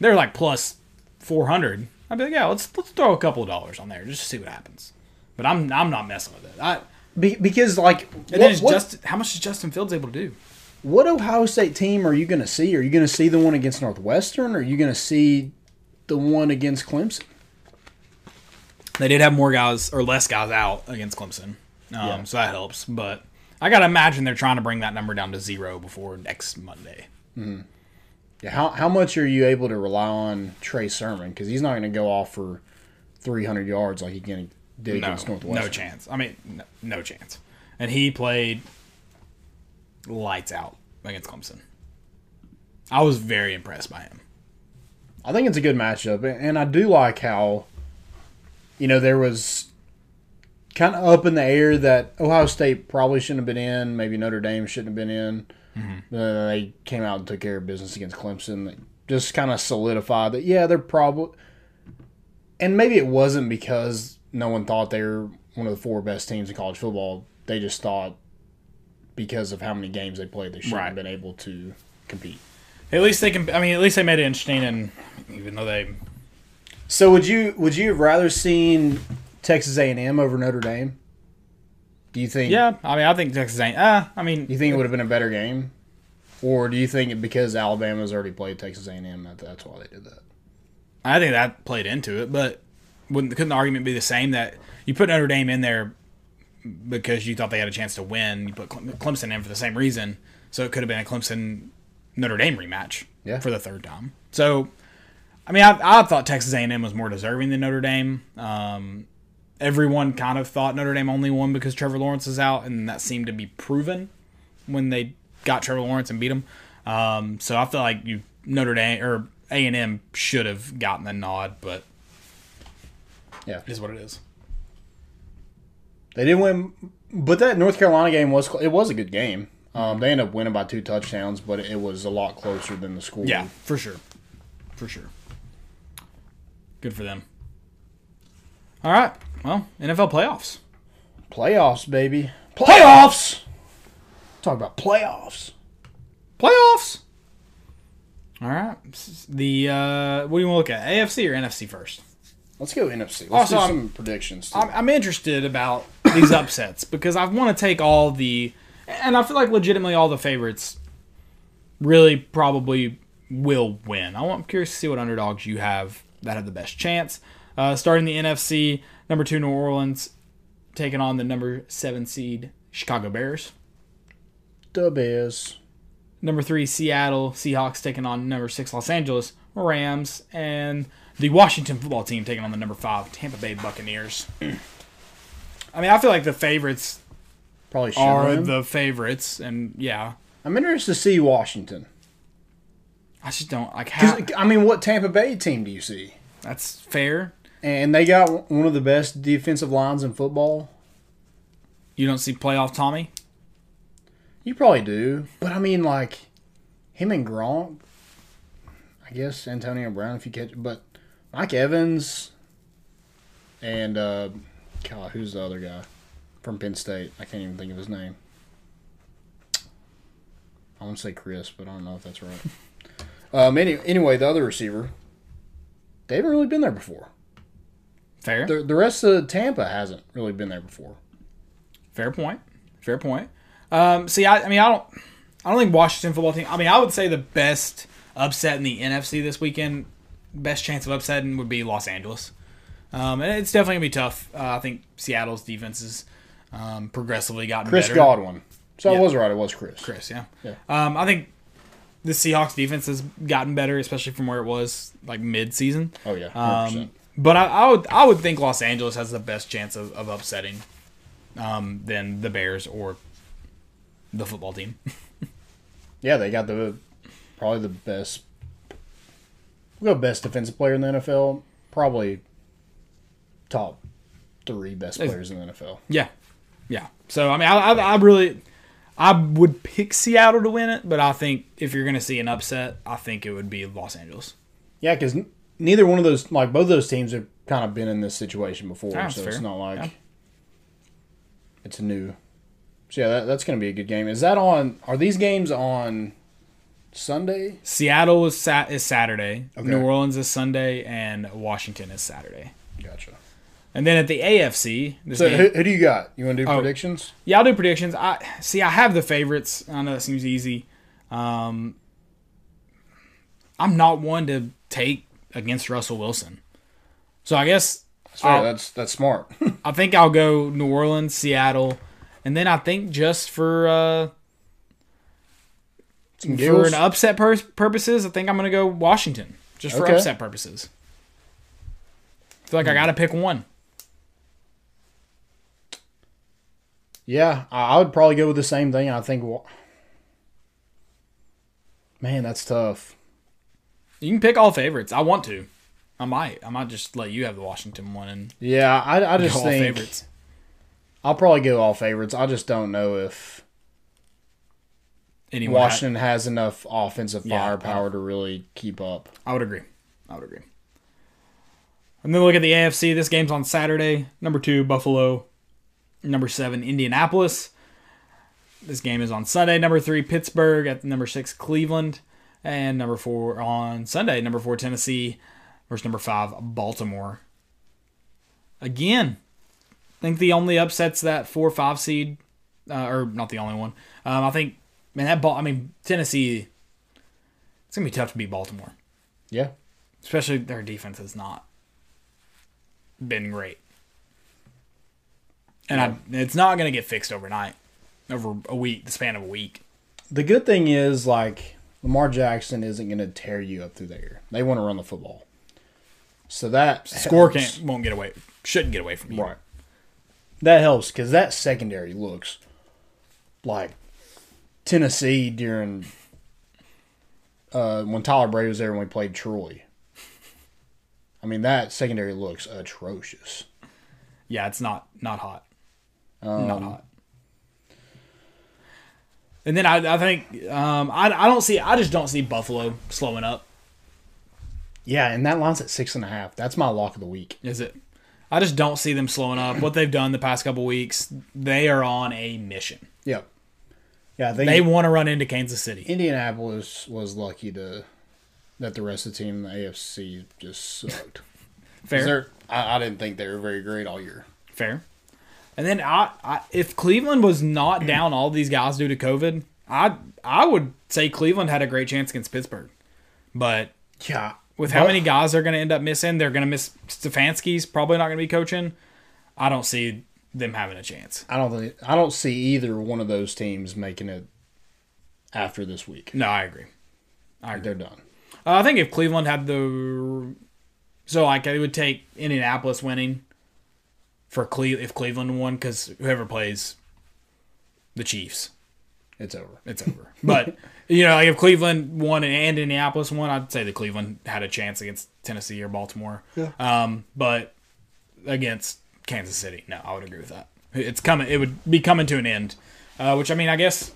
[SPEAKER 6] They're like plus four hundred. I'd be like, yeah, let's let's throw a couple of dollars on there just to see what happens. But I'm I'm not messing with it. I
[SPEAKER 7] Be- because like
[SPEAKER 6] And then
[SPEAKER 7] what,
[SPEAKER 6] it's
[SPEAKER 7] what,
[SPEAKER 6] just how much is Justin Fields able to do?
[SPEAKER 7] what Ohio State team are you going to see? Are you going to see the one against Northwestern? Or are you going to see the one against Clemson?
[SPEAKER 6] They did have more guys or less guys out against Clemson, um, so that helps. But I gotta imagine they're trying to bring that number down to zero before next Monday.
[SPEAKER 7] Yeah, how how much are you able to rely on Trey Sermon because he's not going to go off for three hundred yards like he can did
[SPEAKER 6] No,
[SPEAKER 7] against Northwestern?
[SPEAKER 6] no chance. I mean, no, no chance. And he played lights out against Clemson. I was very impressed by him.
[SPEAKER 7] I think it's a good matchup, a- and I do like how, you know, there was kind of up in the air that Ohio State probably shouldn't have been in, maybe Notre Dame shouldn't have been in. But then they came out and took care of business against Clemson. That just kind of solidified that, yeah, they're probably, and maybe it wasn't because no one thought they were one of the four best teams in college football. They just thought because of how many games they played, they shouldn't have
[SPEAKER 6] Right.
[SPEAKER 7] been able to compete.
[SPEAKER 6] At least they can. I mean, at least they made it interesting. And even though they,
[SPEAKER 7] So would you would you have rather seen Texas A and M over Notre Dame? Do you think?
[SPEAKER 6] yeah, I mean, I think Texas ain't. Uh, I mean,
[SPEAKER 7] Do you think it would have been a better game, or do you think because Alabama's already played Texas A and M that that's why they did that?
[SPEAKER 6] I think that played into it, but wouldn't couldn't the argument be the same that you put Notre Dame in there because you thought they had a chance to win? You put Cle- Clemson in for the same reason, so it could have been a Clemson Notre Dame rematch
[SPEAKER 7] Yeah.
[SPEAKER 6] for the third time. So, I mean, I, I thought Texas A&M was more deserving than Notre Dame. Um, everyone kind of thought Notre Dame only won because Trevor Lawrence is out, and that seemed to be proven when they got Trevor Lawrence and beat him. Um, so I feel like you Notre Dame or A&M should have gotten the nod, but
[SPEAKER 7] Yeah.
[SPEAKER 6] it is what it is.
[SPEAKER 7] They didn't win, but that North Carolina game was cl- it was a good game. Um, they ended up winning by two touchdowns, but it was a lot closer than the score.
[SPEAKER 6] Yeah, for sure. For sure. Good for them. All right. Well, NFL playoffs.
[SPEAKER 7] playoffs, baby, playoffs. Talk about playoffs.
[SPEAKER 6] Playoffs. All right. S- The uh, what do you want to look at? AFC or NFC first?
[SPEAKER 7] Let's go NFC. Let's
[SPEAKER 6] Also,
[SPEAKER 7] do
[SPEAKER 6] I'm-
[SPEAKER 7] some predictions. too.
[SPEAKER 6] I'm, I'm interested about these upsets because I want to take all the, and I feel like legitimately all the favorites really probably will win. I want, I'm curious to see what underdogs you have that have the best chance. Uh, starting the NFC, number two New Orleans taking on the number seven seed Chicago Bears.
[SPEAKER 7] the Bears.
[SPEAKER 6] Number three Seattle Seahawks taking on number six Los Angeles Rams and the Washington football team taking on the number five Tampa Bay Buccaneers. I mean, I feel like the favorites
[SPEAKER 7] Probably should
[SPEAKER 6] are
[SPEAKER 7] win.
[SPEAKER 6] the favorites, and yeah,
[SPEAKER 7] I'm interested to see Washington.
[SPEAKER 6] I just don't like how
[SPEAKER 7] 'Cause, I mean, what Tampa Bay team do you see?
[SPEAKER 6] that's fair.
[SPEAKER 7] And they got one of the best defensive lines in football.
[SPEAKER 6] You don't see playoff Tommy.
[SPEAKER 7] You probably do, but I mean, like him and Gronk. I guess Antonio Brown, if you catch, but Mike Evans and uh, God, who's the other guy from Penn State? I can't even think of his name. I want to say Chris, but I don't know if
[SPEAKER 6] [laughs]
[SPEAKER 7] that's right. um, any, anyway, the other receiver, they haven't really been there before.
[SPEAKER 6] Fair,
[SPEAKER 7] The, the rest of Tampa hasn't really been there before.
[SPEAKER 6] fair point, fair point. Um, see, I, I mean, I don't, I don't think Washington football team. I mean, I would say the best upset in the NFC this weekend, best chance of upsetting would be Los Angeles. Um, and it's definitely gonna be tough. Uh, I think Seattle's defense is um, progressively gotten
[SPEAKER 7] Chris
[SPEAKER 6] better.
[SPEAKER 7] Godwin. So I
[SPEAKER 6] Yeah.
[SPEAKER 7] was right. It was Chris.
[SPEAKER 6] Chris, yeah.
[SPEAKER 7] Yeah.
[SPEAKER 6] Um, I think the Seahawks defense has gotten better, especially from where it was like mid-season.
[SPEAKER 7] Oh yeah. 100%.
[SPEAKER 6] Um, but I, I would I would think Los Angeles has the best chance of, of upsetting um, than the Bears or the football team. [laughs]
[SPEAKER 7] Yeah, they got the probably the best. We got best defensive player in the NFL. Probably top three best players in the NFL.
[SPEAKER 6] yeah, yeah. So I mean, I, I, I really I would pick Seattle to win it, but I think if you're going to see an upset, I think it would be Los Angeles.
[SPEAKER 7] Yeah, because neither one of those, like both those teams, have kind of been in this situation before,
[SPEAKER 6] Ah, That's
[SPEAKER 7] so it's
[SPEAKER 6] fair.
[SPEAKER 7] not like
[SPEAKER 6] Yeah.
[SPEAKER 7] it's new. So yeah, that, that's going to be a good game. Is that on? Are these games on Sunday?
[SPEAKER 6] Seattle is sat is Saturday,
[SPEAKER 7] Okay.
[SPEAKER 6] New Orleans is Sunday, and Washington is Saturday.
[SPEAKER 7] Gotcha.
[SPEAKER 6] And then at the AFC, this
[SPEAKER 7] So
[SPEAKER 6] game-
[SPEAKER 7] who, who do you got? You want to do
[SPEAKER 6] Oh.
[SPEAKER 7] predictions?
[SPEAKER 6] yeah, I'll do predictions. I see. I have the favorites. I know that seems easy. Um, I'm not one to take against Russell Wilson, so I guess
[SPEAKER 7] Sorry,
[SPEAKER 6] I'll-
[SPEAKER 7] that's that's smart. [laughs]
[SPEAKER 6] I think I'll go New Orleans, Seattle, and then I think just for uh,
[SPEAKER 7] Some
[SPEAKER 6] for
[SPEAKER 7] giggles.
[SPEAKER 6] an upset pur- purposes, I think I'm gonna go Washington just for
[SPEAKER 7] Okay.
[SPEAKER 6] upset purposes. I feel like I gotta pick one.
[SPEAKER 7] Yeah, I I would probably go with the same thing. I think. wa- Man, that's tough.
[SPEAKER 6] You can pick all favorites. I want to. I might. I might just let you have the Washington one and
[SPEAKER 7] Yeah, I, I
[SPEAKER 6] go
[SPEAKER 7] just
[SPEAKER 6] all
[SPEAKER 7] think
[SPEAKER 6] favorites.
[SPEAKER 7] I'll probably go all favorites. I just don't know if
[SPEAKER 6] Anyone ha-
[SPEAKER 7] Washington has enough offensive
[SPEAKER 6] Yeah,
[SPEAKER 7] firepower to really keep up.
[SPEAKER 6] I would agree. I would agree. And then look at the AFC. This game's on Saturday. Number two, Buffalo. Number seven, Indianapolis. This game is on Sunday. Number three, Pittsburgh. At number six, Cleveland. And number four on Sunday, number four, Tennessee versus number five, Baltimore. Again, I think the only upsets that four five seed, uh, or not the only one. Um, I think, man, that ball, I mean, Tennessee, it's going to be tough to beat Baltimore
[SPEAKER 7] Yeah,
[SPEAKER 6] especially their defense has not been great. And I, it's not going to get fixed overnight, over a week, the span of a week.
[SPEAKER 7] the good thing is like Lamar Jackson isn't going to tear you up through the air. They want to run the football. So that
[SPEAKER 6] Score
[SPEAKER 7] helps.
[SPEAKER 6] can't won't get away. Shouldn't get away from you.
[SPEAKER 7] Right. That helps because that secondary looks like Tennessee during uh, when Tyler Brady was there when we played Troy. I mean, that secondary looks atrocious.
[SPEAKER 6] Yeah, it's not not hot.
[SPEAKER 7] Um,
[SPEAKER 6] not hot. And then I, I think um, I, I don't see I just don't see Buffalo slowing up.
[SPEAKER 7] Yeah, and that line's at six and a half. That's my lock of the week.
[SPEAKER 6] Is it? I just don't see them slowing up. What they've done the past couple weeks, they are on a mission.
[SPEAKER 7] Yeah. Yeah, I think
[SPEAKER 6] They want to run into Kansas City.
[SPEAKER 7] Indianapolis was lucky to that the rest of the team in the AFC just sucked. 'Cause
[SPEAKER 6] Fair,
[SPEAKER 7] they're- I, I didn't think they were very great all year.
[SPEAKER 6] fair. And then I, I, if Cleveland was not down all these guys due to COVID, I, I would say Cleveland had a great chance against Pittsburgh. But
[SPEAKER 7] Yeah.
[SPEAKER 6] with how many guys they're going to end up missing, they're going to miss Stefanski's probably not going to be coaching. I don't see them having a chance.
[SPEAKER 7] I don't think I don't see either one of those teams making it after this week.
[SPEAKER 6] No, I agree. I agree.
[SPEAKER 7] They're done.
[SPEAKER 6] Uh, I think if Cleveland had the so like it would take Indianapolis winning for Cle if Cleveland won because whoever plays the Chiefs,
[SPEAKER 7] It's over.
[SPEAKER 6] it's over. but you know, like if Cleveland won and Indianapolis won, I'd say that Cleveland had a chance against Tennessee or Baltimore. Yeah. Um, but against Kansas City, no, I would agree with that. It's coming. It would be coming to an end. Uh, which I mean, I guess.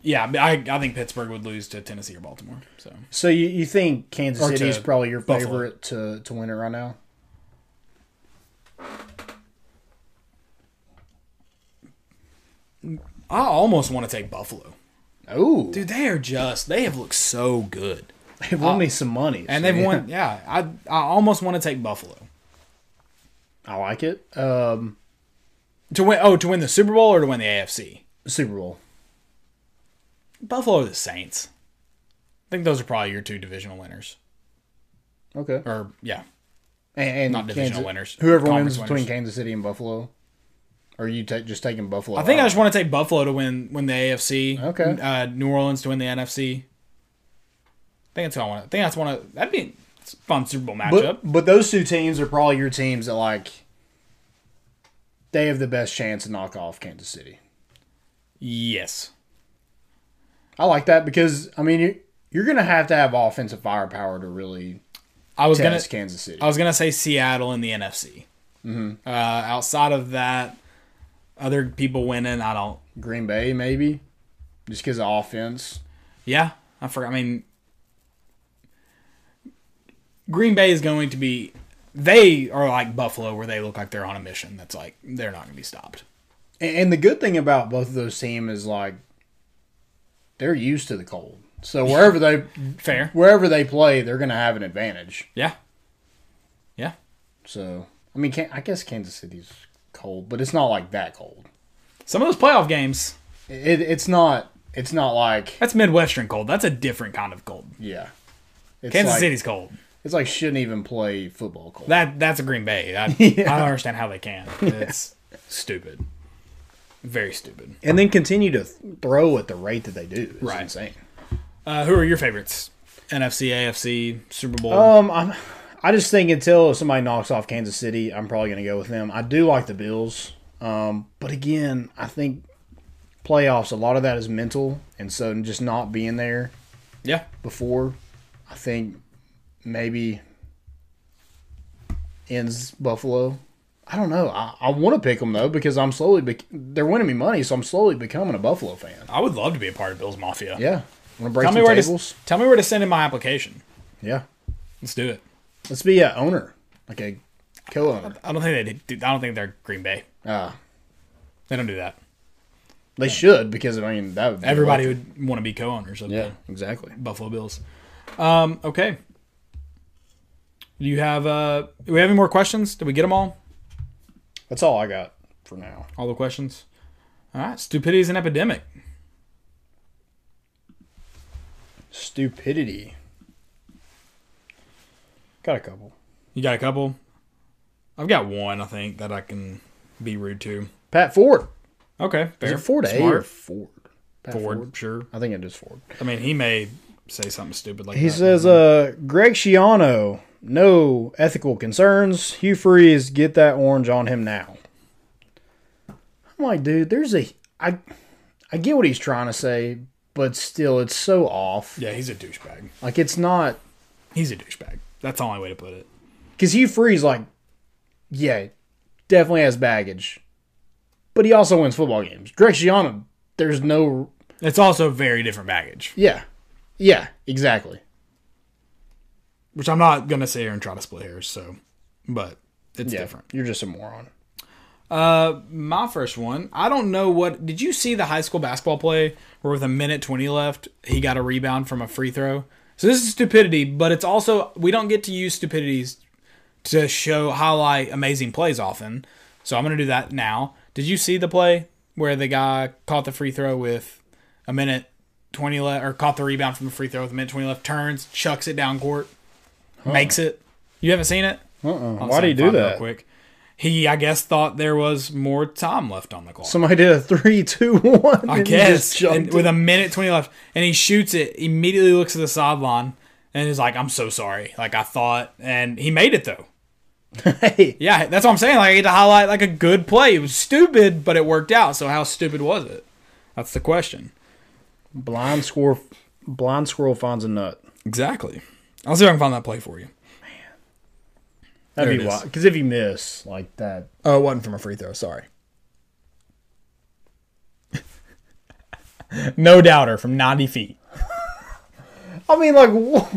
[SPEAKER 6] Yeah, I, I think Pittsburgh would lose to Tennessee or Baltimore. So
[SPEAKER 7] So you, you think Kansas
[SPEAKER 6] Or to
[SPEAKER 7] City is probably your
[SPEAKER 6] Buffalo.
[SPEAKER 7] favorite to, to win it right now?
[SPEAKER 6] I almost want to take Buffalo.
[SPEAKER 7] Oh,
[SPEAKER 6] Dude, they are just they have looked so good.
[SPEAKER 7] they've won me some money.
[SPEAKER 6] Oh. And
[SPEAKER 7] so
[SPEAKER 6] they've won yeah, I I almost want to take Buffalo.
[SPEAKER 7] I like it. Um,
[SPEAKER 6] To win oh, to win the Super Bowl or to win the AFC?
[SPEAKER 7] Super Bowl.
[SPEAKER 6] Buffalo or the Saints. I think those are probably your two divisional winners.
[SPEAKER 7] Okay.
[SPEAKER 6] Or yeah.
[SPEAKER 7] And, and
[SPEAKER 6] Not divisional
[SPEAKER 7] Kansas-
[SPEAKER 6] winners,
[SPEAKER 7] Whoever wins
[SPEAKER 6] conference
[SPEAKER 7] between
[SPEAKER 6] winners.
[SPEAKER 7] Kansas City and Buffalo, or are you ta just taking Buffalo?
[SPEAKER 6] I think I
[SPEAKER 7] out?
[SPEAKER 6] just want to take Buffalo to win win the AFC.
[SPEAKER 7] Okay.
[SPEAKER 6] Uh, New Orleans to win the NFC. I think that's what I want. I think that's one of that'd be a fun Super Bowl matchup.
[SPEAKER 7] But but those two teams are probably your teams that like they have the best chance to knock off Kansas City.
[SPEAKER 6] yes.
[SPEAKER 7] I like that because I mean you you're gonna have to have offensive firepower to really
[SPEAKER 6] I was gonna
[SPEAKER 7] test Kansas City.
[SPEAKER 6] I was gonna say Seattle in the NFC.
[SPEAKER 7] Mm-hmm.
[SPEAKER 6] Uh, outside of that, other people winning, I don't.
[SPEAKER 7] Green Bay maybe just because of offense.
[SPEAKER 6] Yeah, I forgot. I mean, Green Bay is going to be. They are like Buffalo, where they look like they're on a mission. That's like they're not gonna be stopped.
[SPEAKER 7] And, and the good thing about both of those teams is like they're used to the cold. So wherever they
[SPEAKER 6] Fair.
[SPEAKER 7] wherever they play, they're gonna have an advantage.
[SPEAKER 6] Yeah. Yeah.
[SPEAKER 7] So I mean, can, I guess Kansas City's cold, but it's not like that cold.
[SPEAKER 6] Some of those playoff games.
[SPEAKER 7] It, it's not. It's not like
[SPEAKER 6] That's Midwestern cold. That's a different kind of cold.
[SPEAKER 7] Yeah. It's
[SPEAKER 6] Kansas
[SPEAKER 7] like,
[SPEAKER 6] City's cold.
[SPEAKER 7] It's like shouldn't even play football cold.
[SPEAKER 6] That that's a Green Bay. I, I don't understand how they can. It's stupid. Very stupid.
[SPEAKER 7] and then continue to th- throw at the rate that they do. It's
[SPEAKER 6] Right.
[SPEAKER 7] insane.
[SPEAKER 6] Uh, who are your favorites? NFC, AFC, Super Bowl.
[SPEAKER 7] Um, I'm, I just think until somebody knocks off Kansas City, I'm probably going to go with them. I do like the Bills. Um, but again, I think playoffs, a lot of that is mental. And so just not being there
[SPEAKER 6] yeah,
[SPEAKER 7] before, I think maybe ends Buffalo. I don't know. I, I want to pick them though because I'm slowly bec- they're winning me money, so I'm slowly becoming a Buffalo fan.
[SPEAKER 6] I would love to be a part of Bills Mafia.
[SPEAKER 7] Yeah, want to break
[SPEAKER 6] Tell me
[SPEAKER 7] some
[SPEAKER 6] where
[SPEAKER 7] tables.
[SPEAKER 6] to tell me where to send in my application.
[SPEAKER 7] Yeah,
[SPEAKER 6] Let's do it.
[SPEAKER 7] let's be a owner, like a co-owner.
[SPEAKER 6] I don't think they do, I don't think they're Green Bay.
[SPEAKER 7] Ah,
[SPEAKER 6] They don't do that.
[SPEAKER 7] they should because I mean that would be
[SPEAKER 6] Everybody would want to be co-owners of
[SPEAKER 7] Yeah, exactly.
[SPEAKER 6] the Buffalo Bills. Um, okay. Do you have uh do we have any more questions? Did we get them all?
[SPEAKER 7] That's all I got for now.
[SPEAKER 6] All the questions? All right, stupidity is an epidemic.
[SPEAKER 7] Stupidity. Got a couple.
[SPEAKER 6] You got a couple? I've got one, I think, that I can be rude to.
[SPEAKER 7] Pat Ford.
[SPEAKER 6] Okay, fair.
[SPEAKER 7] Is it Ford A
[SPEAKER 6] Smart.
[SPEAKER 7] or Ford?
[SPEAKER 6] Ford, sure.
[SPEAKER 7] I think it is Ford.
[SPEAKER 6] I mean, he may say something stupid like
[SPEAKER 7] He
[SPEAKER 6] that.
[SPEAKER 7] says, uh, Greg Schiano, no ethical concerns. Hugh Freeze, get that orange on him now. I'm like, dude, there's a. I, I get what he's trying to say, but still, it's so off.
[SPEAKER 6] yeah, he's a douchebag.
[SPEAKER 7] Like, it's not.
[SPEAKER 6] He's a douchebag. That's the only way to put it.
[SPEAKER 7] Because Hugh Freeze, like, yeah, definitely has baggage. But he also wins football games. Greg Schiano, there's no.
[SPEAKER 6] It's also very different baggage,
[SPEAKER 7] Yeah. Yeah, exactly.
[SPEAKER 6] which I'm not gonna sit here and try to split hairs. So, but it's
[SPEAKER 7] Yeah,
[SPEAKER 6] different.
[SPEAKER 7] You're just a moron.
[SPEAKER 6] My first one. I don't know what. Did you see the high school basketball play where with a minute twenty left, he got a rebound from a free throw? So this is stupidity, but it's also we don't get to use stupidities to show highlight amazing plays often. So I'm gonna do that now. Did you see the play where the guy caught the free throw with a minute twenty left, or caught the rebound from a free throw with a minute twenty left, turns, chucks it down court, makes it. You haven't seen it?
[SPEAKER 7] Uh-uh.
[SPEAKER 6] I'll
[SPEAKER 7] Why do
[SPEAKER 6] say
[SPEAKER 7] you do
[SPEAKER 6] find it real
[SPEAKER 7] that?
[SPEAKER 6] Quick. He, I guess, thought there was more time left on the clock.
[SPEAKER 7] Somebody did a three, two, one.
[SPEAKER 6] I
[SPEAKER 7] and he just
[SPEAKER 6] guess
[SPEAKER 7] jumped
[SPEAKER 6] and with a minute twenty left, and he shoots it. Immediately looks at the sideline and is like, "I'm so sorry. Like I thought." And he made it though.
[SPEAKER 7] [laughs] Hey,
[SPEAKER 6] Yeah, that's what I'm saying. Like I get to highlight like a good play. It was stupid, but it worked out. So how stupid was it? That's the question.
[SPEAKER 7] blind squirrel, blind squirrel finds a nut.
[SPEAKER 6] Exactly. I'll see if I can find that play for you. There
[SPEAKER 7] That'd
[SPEAKER 6] it
[SPEAKER 7] be
[SPEAKER 6] is.
[SPEAKER 7] wild. Because if you miss like that,
[SPEAKER 6] Oh, it wasn't from a free throw. Sorry. [laughs] no doubter from 90 feet.
[SPEAKER 7] I mean, like, what,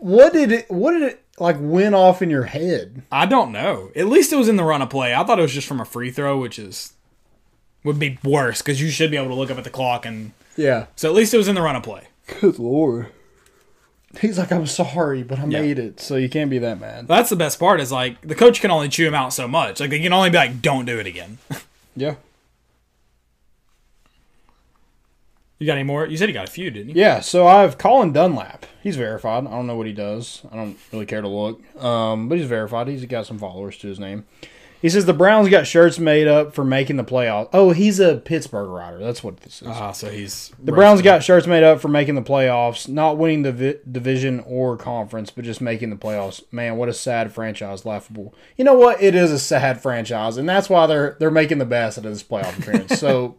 [SPEAKER 7] what did it? What did it like went off in your head?
[SPEAKER 6] I don't know. At least it was in the run of play. I thought it was just from a free throw, which is would be worse because you should be able to look up at the clock and
[SPEAKER 7] Yeah.
[SPEAKER 6] so at least it was in the run of play.
[SPEAKER 7] Good lord. He's like, I'm sorry, but I
[SPEAKER 6] Yeah.
[SPEAKER 7] made it, so you can't be that mad.
[SPEAKER 6] That's the best part is like the coach can only chew him out so much. Like they can only be like, "Don't do it again." [laughs]
[SPEAKER 7] Yeah.
[SPEAKER 6] You got any more? You said you got a few, didn't you?
[SPEAKER 7] Yeah. So I have Colin Dunlap. He's verified. I don't know what he does. I don't really care to look. Um, but he's verified. He's got some followers to his name. He says the Browns got shirts made up for making the playoffs. Oh, he's a Pittsburgh rider. That's what this is.
[SPEAKER 6] Ah, so he's
[SPEAKER 7] The Browns got shirts made up for making the playoffs, not winning the vi- division or conference, but just making the playoffs. Man, what a sad franchise, laughable. You know what? It is a sad franchise, and that's why they're they're making the best out of this playoff appearance.
[SPEAKER 6] [laughs]
[SPEAKER 7] so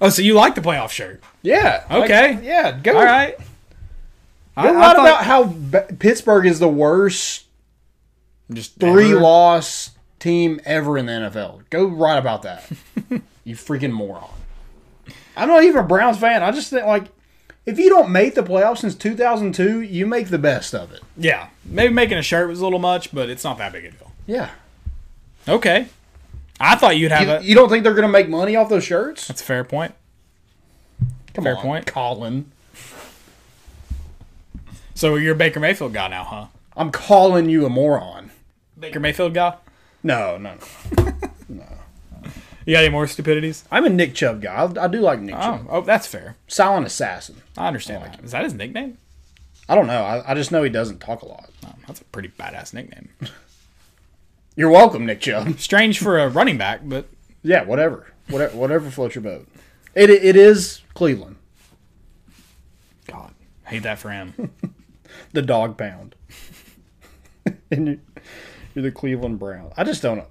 [SPEAKER 6] Oh, so you like the playoff shirt?
[SPEAKER 7] yeah, like,
[SPEAKER 6] Okay.
[SPEAKER 7] yeah, go.
[SPEAKER 6] All right. I,
[SPEAKER 7] We're
[SPEAKER 6] I
[SPEAKER 7] right
[SPEAKER 6] thought-
[SPEAKER 7] about how B- Pittsburgh is the worst
[SPEAKER 6] just
[SPEAKER 7] three
[SPEAKER 6] ever.
[SPEAKER 7] loss team ever in the NFL. Go right
[SPEAKER 6] [laughs]
[SPEAKER 7] about that, you freaking moron. I'm not even a Browns fan. I just think like if you don't make the playoffs since 2002, you make the best of it.
[SPEAKER 6] Yeah, maybe making a shirt was a little much, but it's not that big a deal.
[SPEAKER 7] Yeah.
[SPEAKER 6] Okay. I thought you'd have
[SPEAKER 7] You,
[SPEAKER 6] a.
[SPEAKER 7] you don't think they're going to make money off those shirts?
[SPEAKER 6] That's a fair point.
[SPEAKER 7] Come
[SPEAKER 6] fair
[SPEAKER 7] on,
[SPEAKER 6] point.
[SPEAKER 7] Colin.
[SPEAKER 6] So you're a Baker Mayfield guy now, huh?
[SPEAKER 7] I'm calling you a moron.
[SPEAKER 6] Baker Mayfield guy.
[SPEAKER 7] No, no, no.
[SPEAKER 6] You got any more stupidities?
[SPEAKER 7] I'm a Nick Chubb guy. I, I do like Nick Chubb.
[SPEAKER 6] Oh, oh, that's fair.
[SPEAKER 7] Silent assassin.
[SPEAKER 6] I understand. that. Is that his nickname?
[SPEAKER 7] I don't know. I, I just know he doesn't talk a lot.
[SPEAKER 6] Oh, that's a pretty badass [laughs] nickname.
[SPEAKER 7] You're welcome, Nick Chubb.
[SPEAKER 6] Strange for a running back, but
[SPEAKER 7] Yeah, whatever. Whatever, whatever floats your boat. It, it is Cleveland.
[SPEAKER 6] God, hate that for him.
[SPEAKER 7] The dog pound. [laughs] and you're, you're the Cleveland Browns. I just don't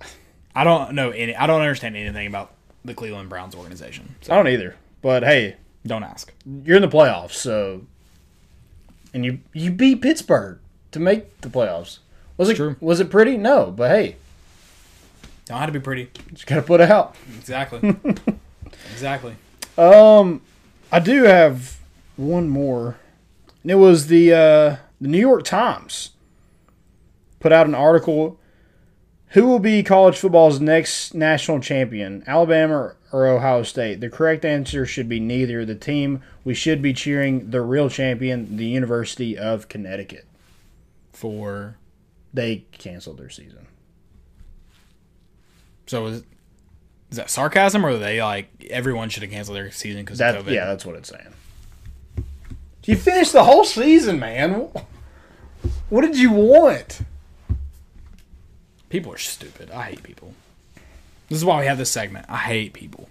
[SPEAKER 6] I don't know any. I don't understand anything about the Cleveland Browns organization. So
[SPEAKER 7] I don't either. But hey,
[SPEAKER 6] don't ask.
[SPEAKER 7] you're in the playoffs, so and you you beat Pittsburgh to make the playoffs. Was it
[SPEAKER 6] True.
[SPEAKER 7] was it pretty? No, but hey,
[SPEAKER 6] Don't have to be pretty.
[SPEAKER 7] just gotta put it out.
[SPEAKER 6] [laughs] Exactly. exactly.
[SPEAKER 7] I do have one more, and it was the uh, the New York Times put out an article. Who will be college football's next national champion, Alabama or- or Ohio State? The correct answer should be neither. The team we should be cheering, the real champion, the University of Connecticut.
[SPEAKER 6] For
[SPEAKER 7] They canceled their season.
[SPEAKER 6] so is, is that sarcasm or are they like everyone should have canceled their season because
[SPEAKER 7] That
[SPEAKER 6] of COVID?
[SPEAKER 7] yeah, that's what it's saying. You finished the whole season, man. What did you want?
[SPEAKER 6] People are stupid. I hate people. This is why we have this segment. I hate people.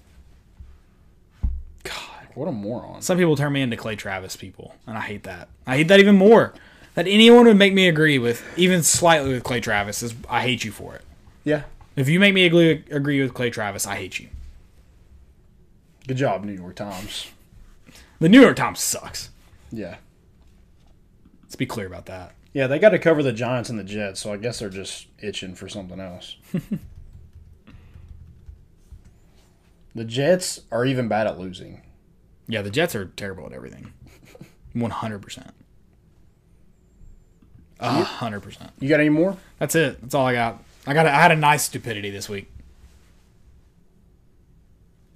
[SPEAKER 6] God.
[SPEAKER 7] Like, what a moron.
[SPEAKER 6] Some people turn me into Clay Travis people, and I hate that. I hate that even more. That anyone would make me agree with, even slightly with Clay Travis, is I hate you for it.
[SPEAKER 7] Yeah.
[SPEAKER 6] If you make me agree, agree with Clay Travis, I hate you.
[SPEAKER 7] Good job, New York Times.
[SPEAKER 6] The New York Times sucks.
[SPEAKER 7] Yeah.
[SPEAKER 6] Let's be clear about that.
[SPEAKER 7] Yeah, they got to cover the Giants and the Jets, so I guess they're just itching for something [laughs] else. the Jets are even bad at losing.
[SPEAKER 6] Yeah, the Jets are terrible at everything. [laughs] 100%. 100%.
[SPEAKER 7] You got any more? [laughs]
[SPEAKER 6] That's it. That's all I got. I got. A, I had a nice stupidity this week.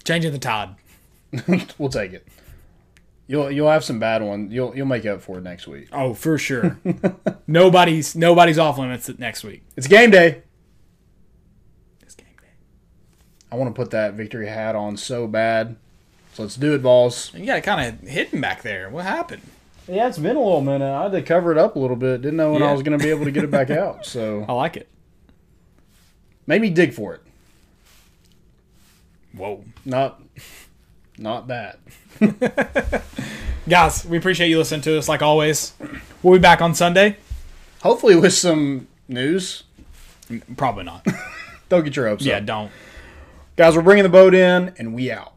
[SPEAKER 6] Changing the tide.
[SPEAKER 7] We'll take it. You'll you'll have some bad ones. You'll you'll make up for it next week.
[SPEAKER 6] Oh, for [laughs] sure. nobody's nobody's off limits next week.
[SPEAKER 7] It's game day.
[SPEAKER 6] It's game day.
[SPEAKER 7] I want to put that victory hat on so bad. So let's do it, Vols.
[SPEAKER 6] You got it kind of hidden back there. What happened?
[SPEAKER 7] Yeah, it's been a little minute. I had to cover it up a little bit. Didn't know when
[SPEAKER 6] Yeah.
[SPEAKER 7] I was going to be able to get it [laughs] back out. So
[SPEAKER 6] I like it.
[SPEAKER 7] made me dig for it.
[SPEAKER 6] Whoa,
[SPEAKER 7] Not not that.
[SPEAKER 6] guys, we appreciate you listening to us like always. We'll be back on Sunday.
[SPEAKER 7] Hopefully with some news.
[SPEAKER 6] Probably not.
[SPEAKER 7] Don't get your hopes
[SPEAKER 6] Yeah,
[SPEAKER 7] up.
[SPEAKER 6] don't.
[SPEAKER 7] Guys, we're bringing the boat in and we out.